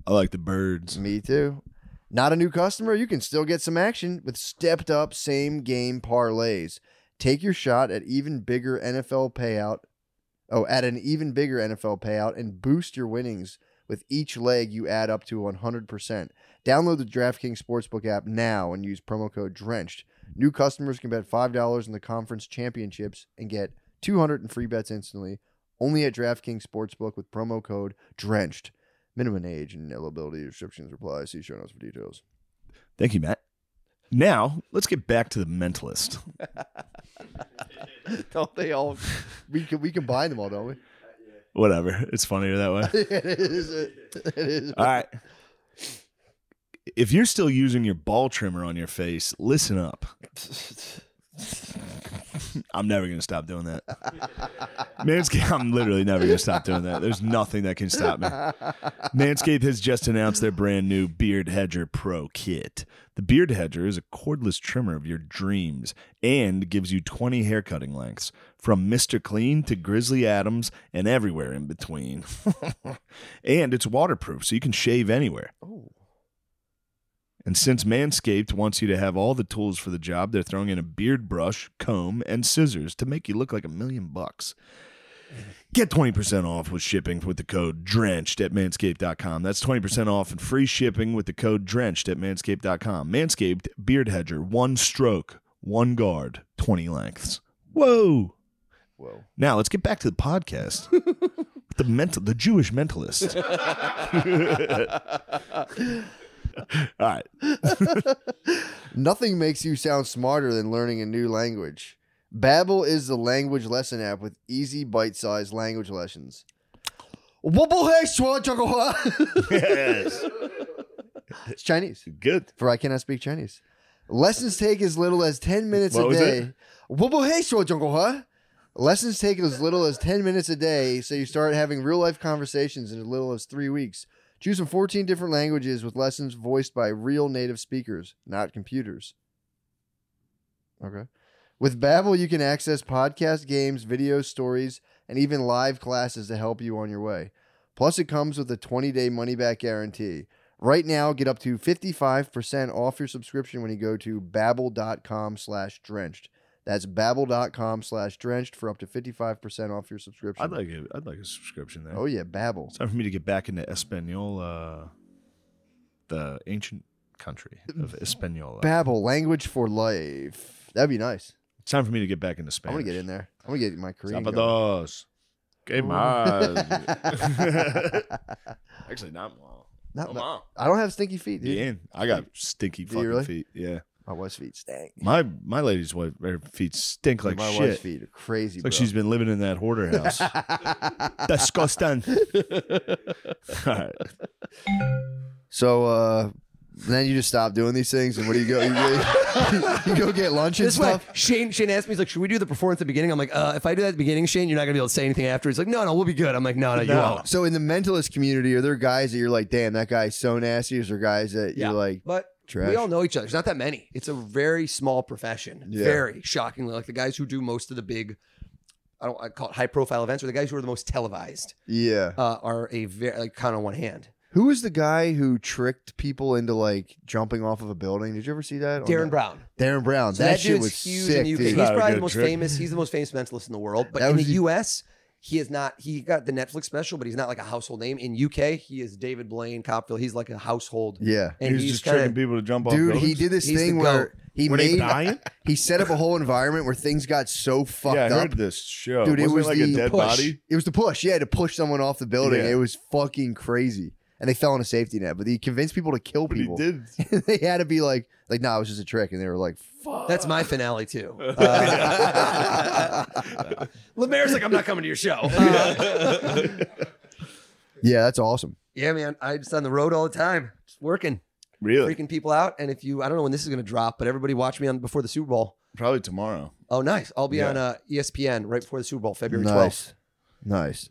Speaker 8: I like the birds.
Speaker 6: Me too. Not a new customer, you can still get some action with stepped up same game parlays. Take your shot at even bigger NFL payout. Oh, at an even bigger NFL payout and boost your winnings with each leg you add up to 100%. Download the DraftKings Sportsbook app now and use promo code DRENCHED. New customers can bet $5 in the conference championships and get 200 in free bets instantly only at DraftKings Sportsbook with promo code DRENCHED. Minimum age and eligibility restrictions apply. See show notes for details.
Speaker 1: Thank you, Matt. Now let's get back to the mentalist.
Speaker 6: (laughs) Don't they all? (laughs) We can we combine them all, don't we?
Speaker 1: Whatever. It's funnier that way.
Speaker 6: (laughs) it is. It is.
Speaker 1: All right. If you're still using your ball trimmer on your face, listen up. I'm never going to stop doing
Speaker 6: (laughs)
Speaker 1: that. Manscaped, I'm literally never going to stop doing that. There's nothing that can stop me. Manscaped has just announced their brand new Beard Hedger Pro Kit. The Beard Hedger is a cordless trimmer of your dreams and gives you 20 haircutting lengths from Mr. Clean to Grizzly Adams and everywhere in between. (laughs) and it's waterproof, so you can shave anywhere. And since Manscaped wants you to have all the tools for the job, they're throwing in a beard brush, comb, and scissors to make you look like a million bucks. Get 20% off with shipping with the code DRENCHED at manscaped.com. That's 20% off and free shipping with the code DRENCHED at manscaped.com. Manscaped, beard hedger, one stroke, one guard, 20 lengths. Whoa.
Speaker 6: Whoa.
Speaker 1: Now let's get back to the (laughs) podcast. the mental, the Jewish (laughs) mentalist. All right.
Speaker 6: Nothing makes you sound smarter than learning a new language. Babbel is the language lesson app with easy bite-sized language lessons. (laughs) it's
Speaker 9: Yes,
Speaker 6: Chinese.
Speaker 9: good.
Speaker 6: for I cannot speak Chinese. Lessons take as little as 10 minutes
Speaker 9: What
Speaker 6: a
Speaker 9: was
Speaker 6: day. Wo bo hei shuo zhong guo hua. Lessons take as little as 10 minutes a day, so you start having real life conversations in as little as three weeks. Choose from 14 different languages with lessons voiced by real native speakers, not computers. Okay. With Babbel, you can access podcast games, videos, stories, and even live classes to help you on your way. Plus, it comes with a 20 day money back guarantee. Right now, get up to 55% off your subscription when you go to babbel.com slash drenched. That's babbel.com slash drenched for up to 55% off your subscription.
Speaker 1: I'd like a, I'd like a subscription there.
Speaker 6: oh, yeah, Babbel.
Speaker 1: It's time for me to get back into Espanola, the ancient country of
Speaker 6: Mm.
Speaker 1: Espanola.
Speaker 6: Babbel, language for life. That'd be nice.
Speaker 1: it's time for me to get back into Spanish.
Speaker 6: I'm going to get in there. Oh. I'm going to get my Korean. going.
Speaker 1: Zapados. Que
Speaker 6: (laughs)
Speaker 1: más? (laughs) Actually, not more.
Speaker 6: Not
Speaker 1: Come
Speaker 6: my-
Speaker 1: on.
Speaker 6: I don't have stinky feet, dude.
Speaker 1: Yeah, I got stinky
Speaker 6: Do you
Speaker 1: fucking
Speaker 6: really?
Speaker 1: feet. Yeah,
Speaker 6: My wife's feet stink.
Speaker 1: my my lady's wife, her feet stink like
Speaker 6: my wife's
Speaker 1: shit.
Speaker 6: feet are crazy.
Speaker 1: It's like
Speaker 6: bro.
Speaker 1: she's been living in that
Speaker 6: (laughs)
Speaker 1: hoarder house. Disgusting. All right.
Speaker 6: So uh, then you just stop doing these things, and what do you go? You, go- (laughs) you go get lunch and
Speaker 3: This way,
Speaker 6: stuff.
Speaker 3: Shane. Shane asked me, he's like, "Should we do the performance at the beginning?" I'm like, uh, "If I do that at the beginning, Shane, you're not gonna be able to say anything after." He's like, "No, no, we'll be good." I'm like, "No, no, you
Speaker 1: No.
Speaker 3: won't."
Speaker 6: So in the mentalist community, are there guys that you're like, damn, that guy's so nasty? Or is there guys that
Speaker 3: Yeah.
Speaker 6: you're like,
Speaker 3: But
Speaker 6: trash?
Speaker 3: we all know each other. There's not that many. It's a very small profession.
Speaker 6: Yeah.
Speaker 3: Very shockingly, like the guys who do most of the big, I don't I call it high profile events, or the guys who are the most televised
Speaker 6: yeah.
Speaker 3: uh, are a very like kind on one hand.
Speaker 6: Who was the guy who tricked people into like jumping off of a building? Did you ever see that? on
Speaker 3: Darren
Speaker 6: the-
Speaker 3: Brown.
Speaker 6: Darren Brown.
Speaker 3: So
Speaker 6: that,
Speaker 3: that
Speaker 6: shit
Speaker 3: dude's
Speaker 6: was
Speaker 3: huge
Speaker 6: sick,
Speaker 3: in the UK.
Speaker 6: dude.
Speaker 3: He's
Speaker 11: Not a
Speaker 3: probably
Speaker 11: good
Speaker 3: the most
Speaker 11: trick.
Speaker 3: famous. He's the most famous mentalist in the world. But
Speaker 6: That
Speaker 3: in the
Speaker 6: was the-
Speaker 3: US, he is not. He got the Netflix special, but he's not like a household name. In UK, he is David Blaine Copfield. He's like a household.
Speaker 6: Yeah.
Speaker 3: and
Speaker 1: was
Speaker 3: he's
Speaker 1: just
Speaker 3: kinda-
Speaker 1: tricking people to jump off.
Speaker 6: Dude, he
Speaker 1: buildings?
Speaker 6: did this
Speaker 3: He's the
Speaker 6: thing where
Speaker 3: goat.
Speaker 6: he
Speaker 5: Were they
Speaker 6: made
Speaker 5: dying?
Speaker 6: he set up a whole environment where things got so fucked
Speaker 1: Yeah, I
Speaker 6: up.
Speaker 1: heard this show.
Speaker 6: Dude, it
Speaker 1: Oh, Wasn't
Speaker 6: was
Speaker 1: like
Speaker 6: the
Speaker 1: a dead
Speaker 3: push.
Speaker 1: body.
Speaker 6: It was the push, yeah, to push someone off the building.
Speaker 1: Yeah.
Speaker 6: It was fucking crazy. And they fell in a safety net, but he convinced people to kill
Speaker 1: But he
Speaker 6: people.
Speaker 1: did.
Speaker 6: (laughs) they had to be like, like, nah, it was just a trick. And they were like, fuck.
Speaker 3: That's my finale too. Uh, Lemaire's like, I'm not coming to your show. Uh,
Speaker 6: Yeah, that's awesome.
Speaker 3: yeah, man, I just on the road all the time, just working,
Speaker 1: Really?
Speaker 3: freaking people out. And if you, I don't know when this is gonna drop, but everybody watch me on before the Super Bowl.
Speaker 1: Probably (laughs) tomorrow.
Speaker 3: Oh, nice. I'll be
Speaker 1: Yeah.
Speaker 3: on uh, ESPN right before the Super Bowl, February 12th.
Speaker 6: Nice. Nice.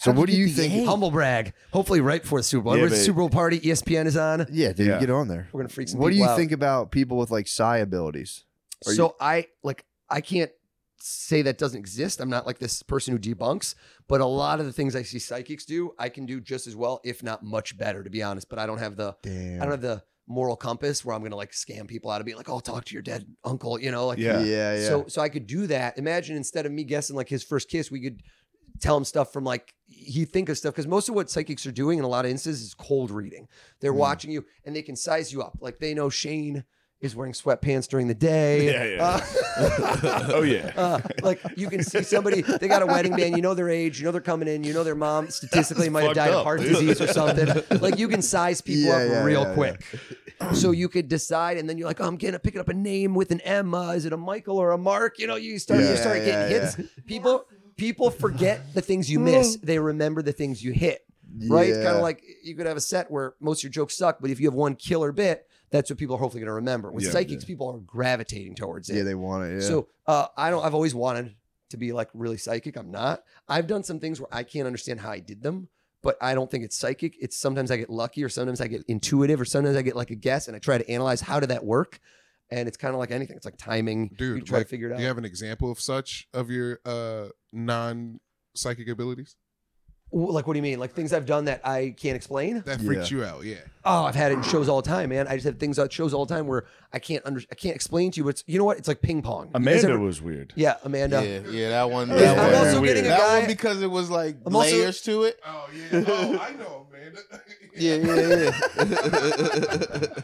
Speaker 6: So what do you think?
Speaker 3: Humble brag. Hopefully, right before the Super Bowl.
Speaker 1: Yeah,
Speaker 3: Everybody's
Speaker 1: but-
Speaker 3: Super Bowl party. E ESPN is on.
Speaker 6: Yeah, dude,
Speaker 1: Yeah.
Speaker 6: get on there.
Speaker 3: We're gonna freak some
Speaker 6: What do
Speaker 3: people
Speaker 6: you
Speaker 3: out.
Speaker 6: think about people with like psi abilities? Are
Speaker 3: so I like I can't say that doesn't exist. I'm not like this person who debunks, but a lot of the things I see psychics do, I can do just as well, if not much better, to be honest. But I don't have the
Speaker 6: Damn.
Speaker 3: I don't have the moral compass where I'm gonna like scam people out of being like, oh, talk to your dead uncle, you know, like
Speaker 1: Yeah.
Speaker 6: yeah, yeah.
Speaker 3: so so I could do that. Imagine instead of me guessing like his first kiss, we could tell him stuff from like he think of stuff because most of what psychics are doing in a lot of instances is cold reading.
Speaker 1: Mm.
Speaker 3: They're watching you and they can size you up. Like they know Shane is wearing sweatpants during the day.
Speaker 1: (laughs) Yeah, yeah,
Speaker 3: Uh,
Speaker 1: Oh yeah.
Speaker 3: uh, like you can see somebody they got a wedding band you know their age you know they're coming in you know their mom statistically might have
Speaker 1: fucked
Speaker 3: died of
Speaker 1: up,
Speaker 3: heart
Speaker 1: dude.
Speaker 3: disease or something like you can size people
Speaker 6: Yeah,
Speaker 3: up
Speaker 6: yeah,
Speaker 3: real
Speaker 6: yeah, yeah.
Speaker 3: quick so you could decide and then you're like oh, i'm gonna pick up a name with an m uh, is it a michael or a mark you know you start
Speaker 6: Yeah,
Speaker 3: you start getting
Speaker 6: yeah,
Speaker 3: hits people people forget the things you miss
Speaker 1: Mm.
Speaker 3: they remember the things you hit right
Speaker 6: Yeah.
Speaker 3: kind of like you could have a set where most of your jokes suck but if you have one killer bit that's what people are hopefully going to remember. With
Speaker 1: Yeah,
Speaker 3: psychics, people are gravitating towards it.
Speaker 6: yeah, they want it. Yeah.
Speaker 3: So uh, I don't. I've always wanted to be like really psychic. I'm not. I've done some things where I can't understand how I did them, but I don't think it's psychic. It's sometimes I get lucky, or sometimes I get intuitive, or sometimes I get like a guess, and I try to analyze how did that work. And it's kind of like anything. It's like timing.
Speaker 4: Dude,
Speaker 3: you try
Speaker 4: like,
Speaker 3: to figure it out.
Speaker 4: Do you have an example of such of your uh non psychic abilities?
Speaker 3: W- like what do you mean? Like things I've done that I can't explain.
Speaker 4: That freaks you out, yeah.
Speaker 3: (laughs) Oh, I've had it in shows all the time, man. I just have things at shows all the time where I can't under, I can't explain to you. But it's, you know what? It's like ping pong. You guys
Speaker 1: Amanda
Speaker 3: ever-
Speaker 1: was weird.
Speaker 3: yeah, Amanda.
Speaker 12: Yeah, yeah, that one.
Speaker 3: I'm
Speaker 12: That one,
Speaker 3: also getting a
Speaker 12: that
Speaker 3: guy-
Speaker 12: one because it was like
Speaker 3: I'm also-
Speaker 12: layers to it.
Speaker 4: Oh yeah. Oh, I know, man. (laughs)
Speaker 12: Yeah, yeah,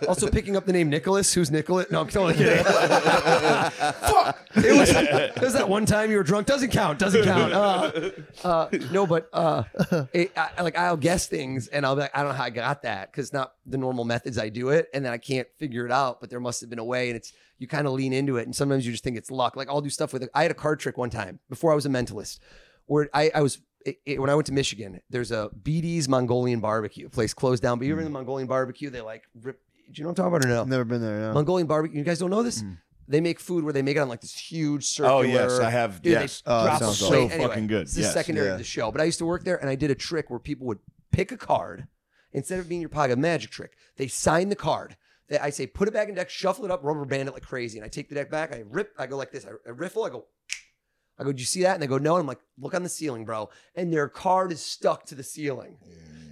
Speaker 3: Also picking up the name Nicholas. Who's Nicholas? No, I'm totally kidding. Fuck! It was, it was that one time you were drunk. Doesn't count. Doesn't count. Uh, uh, no, but uh, it, I, like I'll guess things and I'll be like, I don't know how I got that because not the normal methods I do it, and then I can't figure it out. But there must have been a way, and it's you kind of lean into it, and sometimes you just think it's luck. Like I'll do stuff with it. I had a card trick one time before I was a mentalist, where I, I was. It, it- when I went to Michigan, there's a BD's Mongolian barbecue place closed down. But you ever in the Mongolian barbecue? They like rip. Do you know what I'm talking about or no?
Speaker 6: I've never been there. Yeah.
Speaker 3: Mongolian barbecue. You guys don't know this? They make food where they make it on like this huge circular.
Speaker 1: Hmm. Oh yes, I have.
Speaker 3: Dude,
Speaker 1: yes.
Speaker 3: they
Speaker 6: Oh,
Speaker 11: Uh,
Speaker 3: drop
Speaker 6: sounds
Speaker 3: a
Speaker 1: so
Speaker 3: plate. Anyway,
Speaker 1: fucking good.
Speaker 3: This is
Speaker 1: yes.
Speaker 3: secondary
Speaker 6: yeah.
Speaker 3: to the show, but I used to work there and I did a trick where people would pick a card instead of being your pocket magic trick. They sign the card. They, I say put it back in deck, shuffle it up, rubber band it like crazy, and I take the deck back. I rip. I go like this. I, I riffle. I go. I go. Do you see that? And they go no. And I'm like, look on the ceiling, bro. And their card is stuck to the ceiling.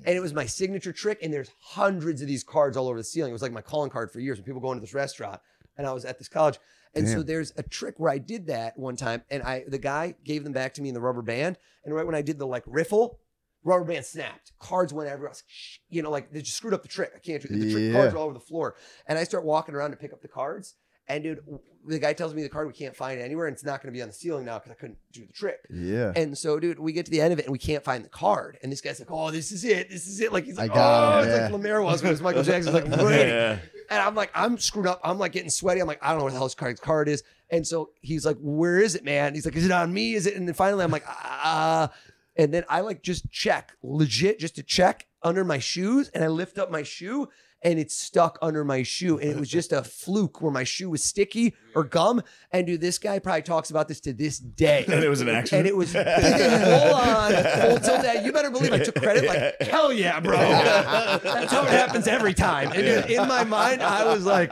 Speaker 3: And it was my signature trick. And there's hundreds of these cards all over the ceiling. It was like my calling card for years when people go into this restaurant. And I was at this college. And so there's a trick where I did that one time. And I the guy gave them back to me in the rubber band. And right when I did the like riffle, rubber band snapped. Cards went everywhere. I was like, Shh, you know, like they just screwed up the trick. I can't do it. The trick
Speaker 6: Yeah.
Speaker 3: cards are all over the floor. And I start walking around to pick up the cards. And dude, w- the guy tells me the card we can't find it anywhere, and it's not going to be on the ceiling now because I couldn't do the trick.
Speaker 6: yeah.
Speaker 3: And so, dude, we get to the end of it and we can't find the card. And this guy's like, "Oh, this is it. This is it." Like he's
Speaker 6: I
Speaker 3: like,
Speaker 6: got
Speaker 3: "Oh,
Speaker 6: it,
Speaker 3: it's like
Speaker 6: yeah.
Speaker 3: Lemaire was when it was
Speaker 6: (laughs)
Speaker 3: Michael Jackson." He's like, waiting.
Speaker 1: Yeah.
Speaker 3: And I'm like, I'm screwed up. I'm like getting sweaty. I'm like, I don't know what the hell his card, his card is. And so he's like, Where is it, man? He's like, Is it on me? Is it? And then finally, I'm like, Ah. And then I like just check, legit, just to check under my shoes. And I lift up my shoe and it's stuck under my shoe. And it was just
Speaker 1: (laughs)
Speaker 3: a fluke where my shoe was sticky or gum. And dude, this guy probably talks about this to this day.
Speaker 1: (laughs) And it was an accident.
Speaker 3: And
Speaker 1: (laughs)
Speaker 3: it was full on, full tilt that. You better believe I took
Speaker 1: (laughs)
Speaker 3: credit. Like, hell yeah, bro. That's how it happens every time. And dude, in my mind, I was like,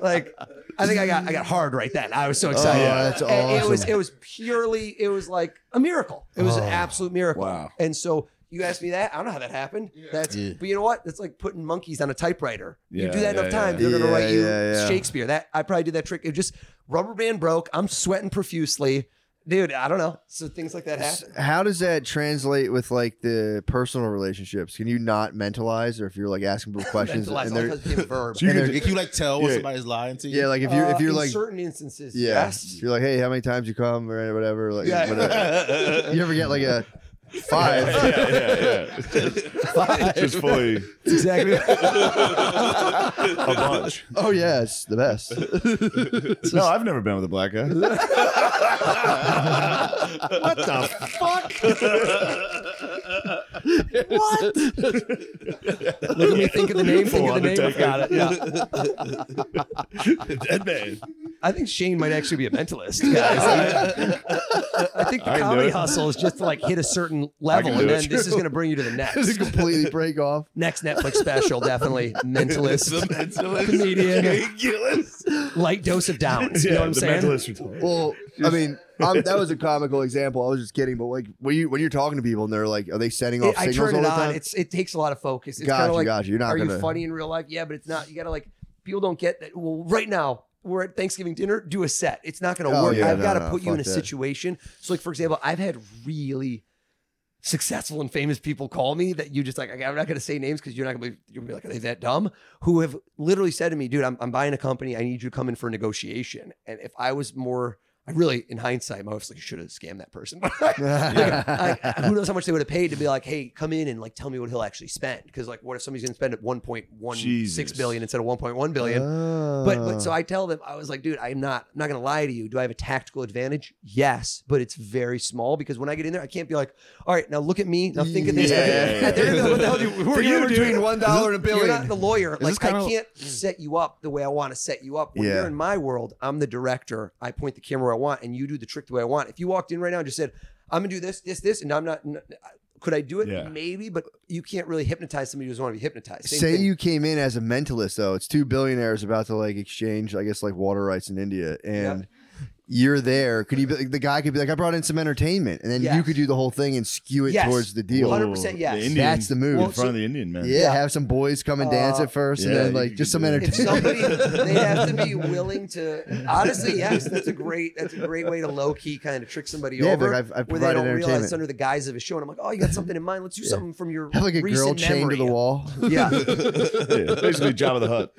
Speaker 3: like, I think I got I got hard right then. I was so
Speaker 6: Oh,
Speaker 3: excited.
Speaker 6: that's
Speaker 3: And
Speaker 6: awesome.
Speaker 3: It was it was purely it was like a miracle. It was an
Speaker 6: Oh,
Speaker 3: absolute miracle.
Speaker 1: wow.
Speaker 3: And so You asked me that. I don't know how that happened. That's
Speaker 6: Yeah.
Speaker 3: but you know what? That's like putting monkeys on a typewriter. you
Speaker 11: Yeah,
Speaker 3: do that
Speaker 11: yeah,
Speaker 3: enough times,
Speaker 6: yeah.
Speaker 3: they're gonna
Speaker 6: Yeah,
Speaker 3: write you
Speaker 6: yeah, yeah.
Speaker 3: Shakespeare. That I probably did that trick. It just rubber band broke. I'm sweating profusely. Dude, I don't know. So things like that happen.
Speaker 6: How does that translate with like the personal relationships? Can you not mentalize, or if you're like asking
Speaker 3: (laughs)
Speaker 6: people questions
Speaker 3: Mentalize.
Speaker 6: and
Speaker 3: All it
Speaker 6: they're
Speaker 3: has to be a
Speaker 6: (laughs)
Speaker 3: verb.
Speaker 11: So you
Speaker 6: And
Speaker 11: can
Speaker 6: they're-
Speaker 11: ju-
Speaker 5: Can you like tell when
Speaker 11: Yeah.
Speaker 5: somebody's lying to you? (laughs)
Speaker 6: yeah, like if you're
Speaker 3: Uh,
Speaker 6: if you're
Speaker 3: in
Speaker 6: like
Speaker 3: certain instances,
Speaker 6: yeah,
Speaker 3: yes.
Speaker 6: if you're like hey, how many times you come or whatever, like
Speaker 3: Yeah. (laughs)
Speaker 6: whatever. you ever get like a five?
Speaker 11: yeah, yeah, yeah. Just, just fully
Speaker 3: Exactly. (laughs)
Speaker 11: a bunch.
Speaker 6: (laughs) Oh yeah, it's the best.
Speaker 11: No, I've never been with a black guy. what the
Speaker 3: Look at me. Think of the name. Think of the name.
Speaker 11: Undertaker.
Speaker 3: I've got it. Yeah.
Speaker 11: (laughs)
Speaker 1: Dead man.
Speaker 3: I think Shane might actually be a mentalist, guys. I think the
Speaker 11: I can do
Speaker 3: comedy
Speaker 11: it.
Speaker 3: hustle is just to like hit a certain level,
Speaker 11: do
Speaker 3: and then
Speaker 11: it.
Speaker 3: this is going to bring you to the next.
Speaker 6: Just
Speaker 3: (laughs)
Speaker 6: completely break off.
Speaker 3: Next Netflix special, definitely mentalist, (laughs) comedian,
Speaker 1: Ridiculous.
Speaker 3: light dose of downs.
Speaker 1: Yeah,
Speaker 3: You know what I'm
Speaker 1: the
Speaker 3: saying?
Speaker 1: mentalist retarded.
Speaker 6: Well, I mean, um that was a comical example. I was just kidding, but like when you when you're talking to people and they're like, are they sending off
Speaker 3: It- I
Speaker 6: signals
Speaker 3: turn
Speaker 6: all
Speaker 3: it
Speaker 6: the
Speaker 3: on.
Speaker 6: time?
Speaker 3: It's it takes a lot of focus. It's
Speaker 6: Gotcha,
Speaker 3: kind of like,
Speaker 6: gotcha. You're not
Speaker 3: are
Speaker 6: gonna- (laughs)
Speaker 3: you funny in real life? Yeah, but it's not. You gotta like people don't get that. Well, right now we're at Thanksgiving dinner. Do a set. It's not gonna
Speaker 6: Oh,
Speaker 3: work.
Speaker 6: yeah,
Speaker 3: I've
Speaker 6: no,
Speaker 3: got to
Speaker 6: no,
Speaker 3: put you
Speaker 6: fuck
Speaker 3: in a
Speaker 6: that.
Speaker 3: situation. So, like for example, I've had really successful and famous people call me that you just like I'm not gonna say names because you're not gonna be you're gonna be like are they that dumb who have literally said to me, dude, I'm, I'm buying a company. I need you to come in for a negotiation. And if I was more I really, in hindsight, my wife's like, you should have scammed that person. (laughs) Like, I- who knows how much they would have paid to be like, hey, come in and like tell me what he'll actually spend. Because like, what if somebody's gonna spend at 1.16
Speaker 11: Jesus.
Speaker 3: billion instead of 1.1 billion? But
Speaker 6: Ah.
Speaker 3: but so I tell them, I was like, dude, I'm not I'm not gonna lie to you. Do I have a tactical advantage? Yes, but it's very small because when I get in there, I can't be like, all right, now look at me, now think of this.
Speaker 6: Yeah,
Speaker 11: yeah, yeah.
Speaker 3: (laughs) They're gonna be like, what the hell do you, who are
Speaker 6: Think
Speaker 3: you
Speaker 6: we're
Speaker 3: dude?
Speaker 6: between $1 and a
Speaker 3: You're
Speaker 6: billion.
Speaker 3: not the lawyer.
Speaker 5: this
Speaker 3: Like I
Speaker 5: kinda-
Speaker 3: can't set you up the way I want to set you up. When
Speaker 6: hmm. Yeah.
Speaker 3: you're in my world, I'm the director. I point the camera where I want, and you do the trick the way I want. If you walked in right now and just said, "I'm gonna do this, this, this," and I'm not. n- Could I do it?
Speaker 11: Yeah.
Speaker 3: Maybe, but you can't really hypnotize somebody who doesn't want to be hypnotized. Same
Speaker 6: Say
Speaker 3: thing.
Speaker 6: you came in as a mentalist, though. It's two billionaires about to like exchange, I guess, like water rights in India, and you're there. Could you? Be, the guy could be like, "I brought in some entertainment," and then you
Speaker 3: Yes.
Speaker 6: could do the whole thing and skew it
Speaker 3: Yes.
Speaker 6: towards the deal.
Speaker 3: Hundred- 100% yes.
Speaker 11: Oh, The Indian,
Speaker 6: That's the move.
Speaker 11: in front of the Indian man.
Speaker 6: yeah, have some boys come and dance
Speaker 3: Uh,
Speaker 6: at first, and
Speaker 11: yeah,
Speaker 6: then
Speaker 11: you
Speaker 6: like
Speaker 11: could
Speaker 6: just
Speaker 11: do
Speaker 6: some
Speaker 11: that.
Speaker 3: if
Speaker 6: entertainment.
Speaker 3: somebody they have
Speaker 6: (laughs)
Speaker 3: to be willing to honestly yes that's a great that's a great way to low-key kind of trick somebody
Speaker 6: Yeah,
Speaker 3: over
Speaker 6: like I've- I've
Speaker 3: where they
Speaker 6: provided
Speaker 3: don't realize
Speaker 6: entertainment.
Speaker 3: it's under the guise of a show and i'm like oh you got something in mind let's do something from your
Speaker 6: (laughs) have like a
Speaker 3: recent
Speaker 6: girl chained
Speaker 3: memory.
Speaker 6: to the
Speaker 3: (laughs)
Speaker 6: wall.
Speaker 3: yeah
Speaker 11: Yeah, basically Job of the
Speaker 3: (laughs)
Speaker 11: Hut.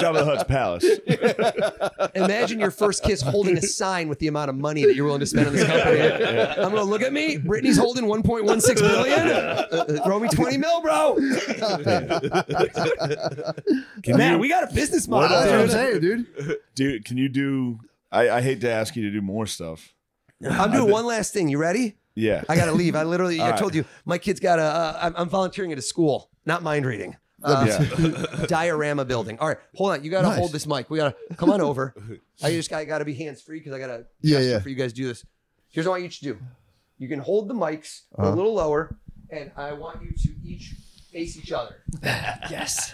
Speaker 11: Job of the Hut's palace.
Speaker 3: imagine your first kiss holding a sign with the amount of money that you're willing to spend on this company i'm gonna look at me brittany's holding 1.16 billion Uh, throw me 20 mil bro man we got a business model
Speaker 6: That's what I'm
Speaker 3: dude.
Speaker 6: saying, dude.
Speaker 11: Dude, can you do? I, I hate to ask you to do more stuff.
Speaker 3: i'm doing one last thing you ready
Speaker 11: Yeah.
Speaker 3: I gotta leave. I literally, I
Speaker 11: right.
Speaker 3: told you, my kid's got a. Uh, I'm, I'm volunteering at a school, not mind reading. Uh, (laughs) diorama building. All right, hold on. You gotta
Speaker 6: Nice.
Speaker 3: hold this mic. We gotta come
Speaker 6: (laughs)
Speaker 3: on over. I just got, gotta be hands free because I gotta
Speaker 6: Yeah,
Speaker 3: gesture
Speaker 6: yeah.
Speaker 3: for you guys to do this. Here's what I want you to do. You can hold the mics
Speaker 6: Uh-huh.
Speaker 3: a little lower, and I want you to each face each other. yes.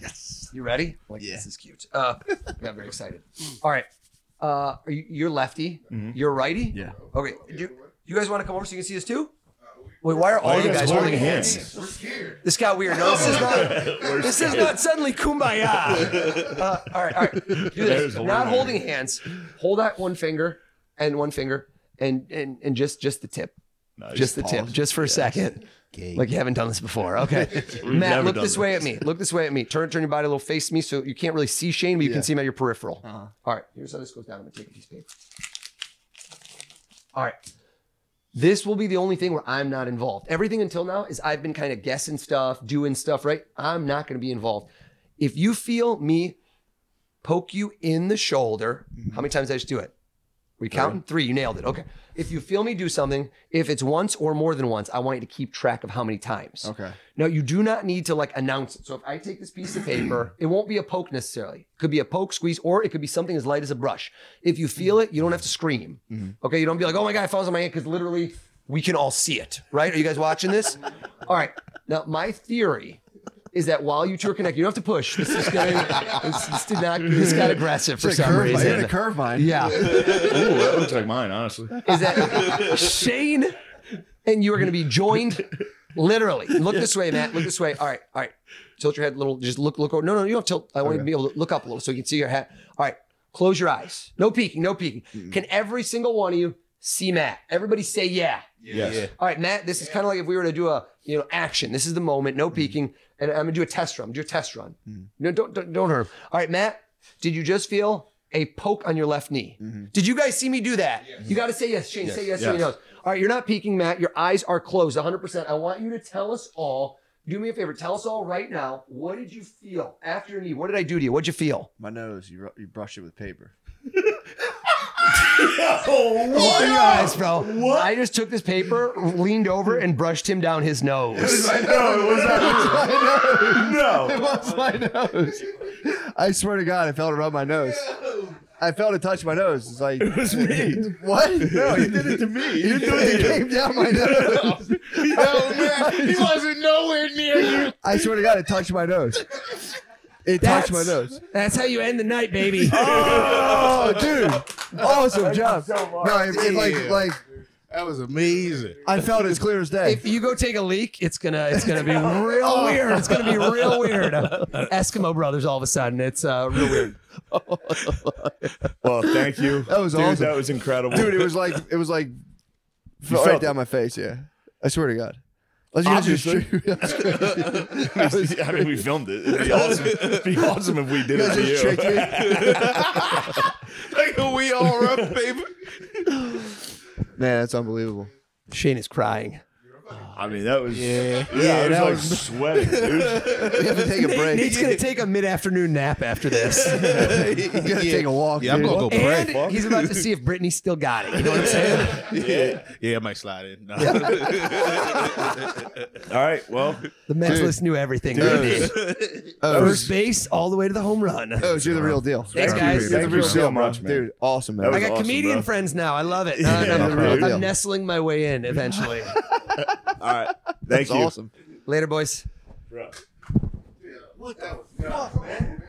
Speaker 3: Yes. You ready? Like this is cute. Uh, (laughs) I got very excited. All right. Uh, are you, you're lefty. You're righty. Mm-hmm. Yeah. Okay. Do, you guys want to come over so you can see this too? Wait, why are all you guys holding hands?
Speaker 11: (laughs)
Speaker 3: This got weird. No, this is (laughs) not. this is not suddenly kumbaya. Uh, all right, all right. Do this. Not holding hands. Hold out one finger and one finger, and and and just just the tip. just the tip, just for a second. Like you haven't done this before. Okay. Matt, look this way at me. Look this way at me. Turn turn your body a little face me so you can't really see Shane, but you can see him at your peripheral. All right. Here's how this goes down. I'm gonna take a piece of paper. All right this will be the only thing where I'm not involved. Everything until now is I've been kind of guessing stuff, doing stuff, right? I'm not going to be involved. If you feel me poke you in the shoulder, how many times did I just do it? We counting three. You nailed it. Okay. If you feel me do something, if it's once or more than once, I want you to keep track of how many times.
Speaker 6: Okay.
Speaker 3: Now you do not need to like announce it. So if I take this piece
Speaker 6: (clears throat)
Speaker 3: of paper, it won't be a poke necessarily. It could be a poke, squeeze, or it could be something as light as a brush. If you feel it, you don't have to scream.
Speaker 6: Mm-hmm.
Speaker 3: Okay, you don't be like, oh my god, it falls on my hand because literally we can all see it, right? Are you guys watching
Speaker 6: (laughs)
Speaker 3: this? all right. Now my theory is that while you two are connected, you don't have to push. This is going this, this did not this got aggressive for
Speaker 6: It's a
Speaker 3: some
Speaker 6: curve. You're in
Speaker 3: reason.
Speaker 6: a curve mine.
Speaker 3: Yeah.
Speaker 11: Ooh, that looks like mine, honestly.
Speaker 3: Is that Shane and you are going to be joined. Literally, look this way, Matt. Look this way. All right, all right. Tilt your head a little. Just look, look over. No, no, you don't tilt. I want you to be able to look up a little so you can see your hat. All right, close your eyes. No peeking, no peeking. Can every single one of you see Matt? Everybody say yeah.
Speaker 11: Yes.
Speaker 3: All right, Matt. This is kind of like if we were to do a you know action. This is the moment. No peeking. And I'm gonna do a test run. Do a test run. No, don't, don't don't hurt him. All right, Matt. Did you just feel a poke on your left knee? Did you guys see me do that? You got to say Mm-hmm. yes, Shane. Say yes, yes. no. All right, you're not peeking, Matt. Your eyes are closed, 100. percent I want you to tell us all. Do me a favor. Tell us all right now. What did you feel after your knee? What did I do to you? What'd
Speaker 1: (laughs)
Speaker 3: you feel?
Speaker 6: My nose, you, ru- you brush it with paper.
Speaker 3: Open your eyes, bro. I just took this paper, leaned over, and brushed him down his nose.
Speaker 1: No, it was not.
Speaker 6: It (laughs)
Speaker 1: No.
Speaker 6: was my nose. I swear to God, I felt it rub my nose. I felt it touch my nose. It's like
Speaker 1: It was me.
Speaker 6: (laughs) what? No, you
Speaker 1: did it
Speaker 6: (laughs)
Speaker 1: to me. You
Speaker 6: It came down my nose.
Speaker 12: Oh man, he wasn't nowhere near you.
Speaker 6: I swear to God, it touched my nose. It touched my nose.
Speaker 3: That's how you end the night, baby.
Speaker 6: Oh, dude! Awesome job. Oh, no, it, it like
Speaker 4: Damn.
Speaker 6: like
Speaker 4: That was amazing.
Speaker 6: I felt it as clear as day.
Speaker 3: if you go take a leak, it's gonna
Speaker 11: (laughs)
Speaker 3: it's gonna be real
Speaker 11: Oh.
Speaker 3: weird. It's gonna be real weird. Eskimo brothers, all of a sudden, it's uh, real weird.
Speaker 11: Well, thank you.
Speaker 6: That was
Speaker 11: Dude,
Speaker 6: awesome.
Speaker 11: That was incredible.
Speaker 6: Dude, it was like it was like felt right
Speaker 11: felt
Speaker 6: down my face. Yeah, I swear to God. Unless you guys just trick-
Speaker 11: (laughs) I mean, we filmed it. It'd be awesome. It'd be awesome if we did it
Speaker 6: you guys
Speaker 11: to
Speaker 6: just tricked
Speaker 11: you.
Speaker 6: me. (laughs)
Speaker 12: Like we all rub paper.
Speaker 6: Man, that's unbelievable.
Speaker 3: Shane is crying.
Speaker 11: I mean, that was yeah, I
Speaker 6: Yeah,
Speaker 11: was
Speaker 6: that
Speaker 11: like
Speaker 6: was-
Speaker 11: sweating, dude.
Speaker 6: We have to take a break.
Speaker 3: Nate's gonna take a mid afternoon nap
Speaker 11: (laughs)
Speaker 3: after this,
Speaker 6: (laughs) You gotta take a walk.
Speaker 5: Yeah, I'm
Speaker 6: dude.
Speaker 5: gonna go
Speaker 3: and
Speaker 5: pray.
Speaker 3: he's about to see if Brittany's still got it. You know what I'm saying?
Speaker 5: Yeah, yeah, I might slide in. No.
Speaker 11: All right, well,
Speaker 3: The mentalist knew everything. Brittany. First base all the way to the home run.
Speaker 6: Oh, you're the real deal.
Speaker 3: Thanks,
Speaker 6: Thank
Speaker 3: guys.
Speaker 6: You,
Speaker 3: Thank
Speaker 6: are the
Speaker 11: you
Speaker 6: real
Speaker 11: so
Speaker 6: deal, bro.
Speaker 11: much, man.
Speaker 6: dude. Awesome,
Speaker 11: That
Speaker 6: man.
Speaker 11: was
Speaker 3: I got
Speaker 11: awesome,
Speaker 3: comedian
Speaker 11: bro.
Speaker 3: friends now. I love it.
Speaker 11: Yeah,
Speaker 3: I'm,
Speaker 11: bro,
Speaker 3: I'm
Speaker 11: dude.
Speaker 3: nestling my way
Speaker 11: (laughs)
Speaker 3: in eventually.
Speaker 11: all right. Thank
Speaker 6: That's
Speaker 11: you.
Speaker 6: awesome.
Speaker 3: Later, boys.
Speaker 11: Bro.
Speaker 4: What the fuck, man?